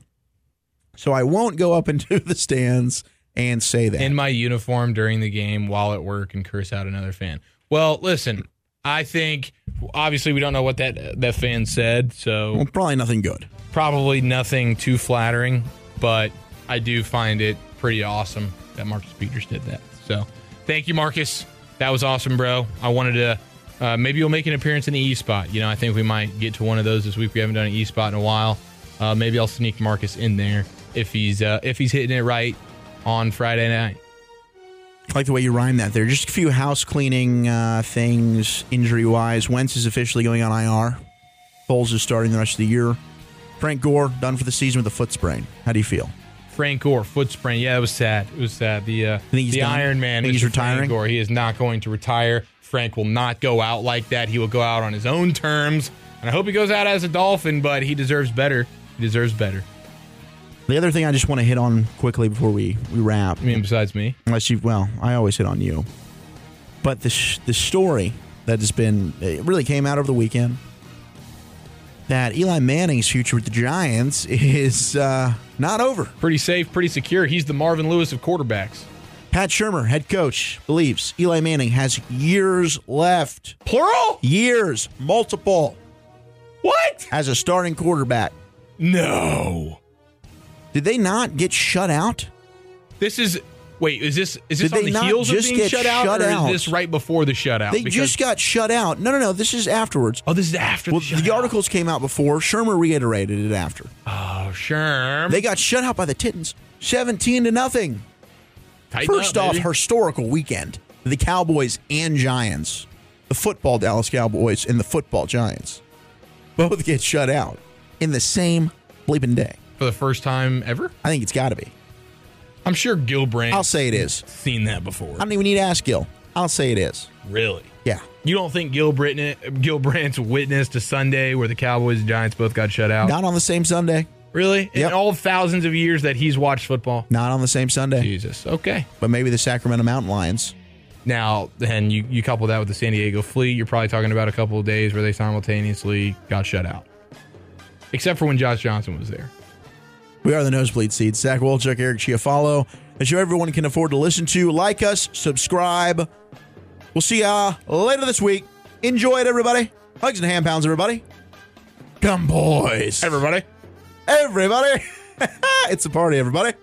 [SPEAKER 1] So I won't go up into <laughs> the stands and say that.
[SPEAKER 2] in my uniform during the game while at work and curse out another fan. Well, listen, I think obviously we don't know what that that fan said, so
[SPEAKER 1] well, probably nothing good.
[SPEAKER 2] probably nothing too flattering, but I do find it pretty awesome that Marcus Peters did that. So, thank you, Marcus. That was awesome, bro. I wanted to. Uh, maybe you'll make an appearance in the E spot. You know, I think we might get to one of those this week. We haven't done an E spot in a while. Uh, maybe I'll sneak Marcus in there if he's uh, if he's hitting it right on Friday night.
[SPEAKER 1] I like the way you rhyme that there. Just a few house cleaning uh, things injury wise. Wentz is officially going on IR. Foles is starting the rest of the year. Frank Gore done for the season with a foot sprain. How do you feel?
[SPEAKER 2] Frank Gore foot sprain. Yeah, it was sad. It was sad. The uh,
[SPEAKER 1] think he's
[SPEAKER 2] the
[SPEAKER 1] done?
[SPEAKER 2] Iron Man.
[SPEAKER 1] Think he's
[SPEAKER 2] Mr. Frank
[SPEAKER 1] retiring?
[SPEAKER 2] Gore. He is not going to retire. Frank will not go out like that. He will go out on his own terms. And I hope he goes out as a Dolphin, but he deserves better. He deserves better.
[SPEAKER 1] The other thing I just want to hit on quickly before we we wrap.
[SPEAKER 2] I mean, besides me,
[SPEAKER 1] unless you well i always hit on you but the, sh- the story that has been it really came out over the weekend that eli manning's future with the giants <laughs> is uh, not over
[SPEAKER 2] pretty safe, pretty secure. He's the Marvin Lewis of quarterbacks.
[SPEAKER 1] pat shermer head coach believes eli manning has years left
[SPEAKER 2] Plural?
[SPEAKER 1] years multiple
[SPEAKER 2] What?
[SPEAKER 1] as a starting quarterback
[SPEAKER 2] No.
[SPEAKER 1] did they not get shut out
[SPEAKER 2] This is. Wait, is this is this
[SPEAKER 1] Did
[SPEAKER 2] on
[SPEAKER 1] they
[SPEAKER 2] the
[SPEAKER 1] not
[SPEAKER 2] heels of
[SPEAKER 1] just
[SPEAKER 2] being
[SPEAKER 1] get
[SPEAKER 2] shut out,
[SPEAKER 1] shut
[SPEAKER 2] or
[SPEAKER 1] out?
[SPEAKER 2] is this right before the shutout?
[SPEAKER 1] they
[SPEAKER 2] Because-
[SPEAKER 1] just got shut out no no no this is afterwards
[SPEAKER 2] Oh, this is after
[SPEAKER 1] well
[SPEAKER 2] the
[SPEAKER 1] the
[SPEAKER 2] shutout.
[SPEAKER 1] articles came out before shermer reiterated it after
[SPEAKER 2] Oh, sure.
[SPEAKER 1] They got shut out by the Titans, seventeen to nothing.
[SPEAKER 2] Tighten
[SPEAKER 1] First
[SPEAKER 2] up,
[SPEAKER 1] off,
[SPEAKER 2] baby.
[SPEAKER 1] historical weekend: the Cowboys and Giants, the football Dallas Cowboys and the football Giants, both get shut out in the same bleeping day.
[SPEAKER 2] for the first time ever.
[SPEAKER 1] I think it's got to be.
[SPEAKER 2] I'm sure Gilbrand
[SPEAKER 1] I'll
[SPEAKER 2] has
[SPEAKER 1] say it is.
[SPEAKER 2] seen that before.
[SPEAKER 1] I don't even need to ask Gil. I'll say it is.
[SPEAKER 2] really?
[SPEAKER 1] Yeah,
[SPEAKER 2] You don't think Gilbrand Gilbrand's witness to Sunday where the Cowboys and Giants both got shut out?
[SPEAKER 1] not on the same Sunday.
[SPEAKER 2] really?
[SPEAKER 1] Yep.
[SPEAKER 2] In all thousands of years that he's watched football?
[SPEAKER 1] Not on the same Sunday.
[SPEAKER 2] Jesus. Okay.
[SPEAKER 1] But maybe the Sacramento Mountain Lions.
[SPEAKER 2] Now, then you, you couple that with the San Diego Fleet, you're probably talking about a couple of days where they simultaneously got shut out. Except for when Josh Johnson was there.
[SPEAKER 1] We are the Nosebleed Seeds. Zach Wolchuk, Eric Chiafalo. A show everyone can afford to listen to. Like us, subscribe. We'll see ya later this week. Enjoy it, everybody. Hugs and hand pounds, everybody. Come, boys.
[SPEAKER 2] Everybody.
[SPEAKER 1] Everybody. <laughs> it's a party, everybody.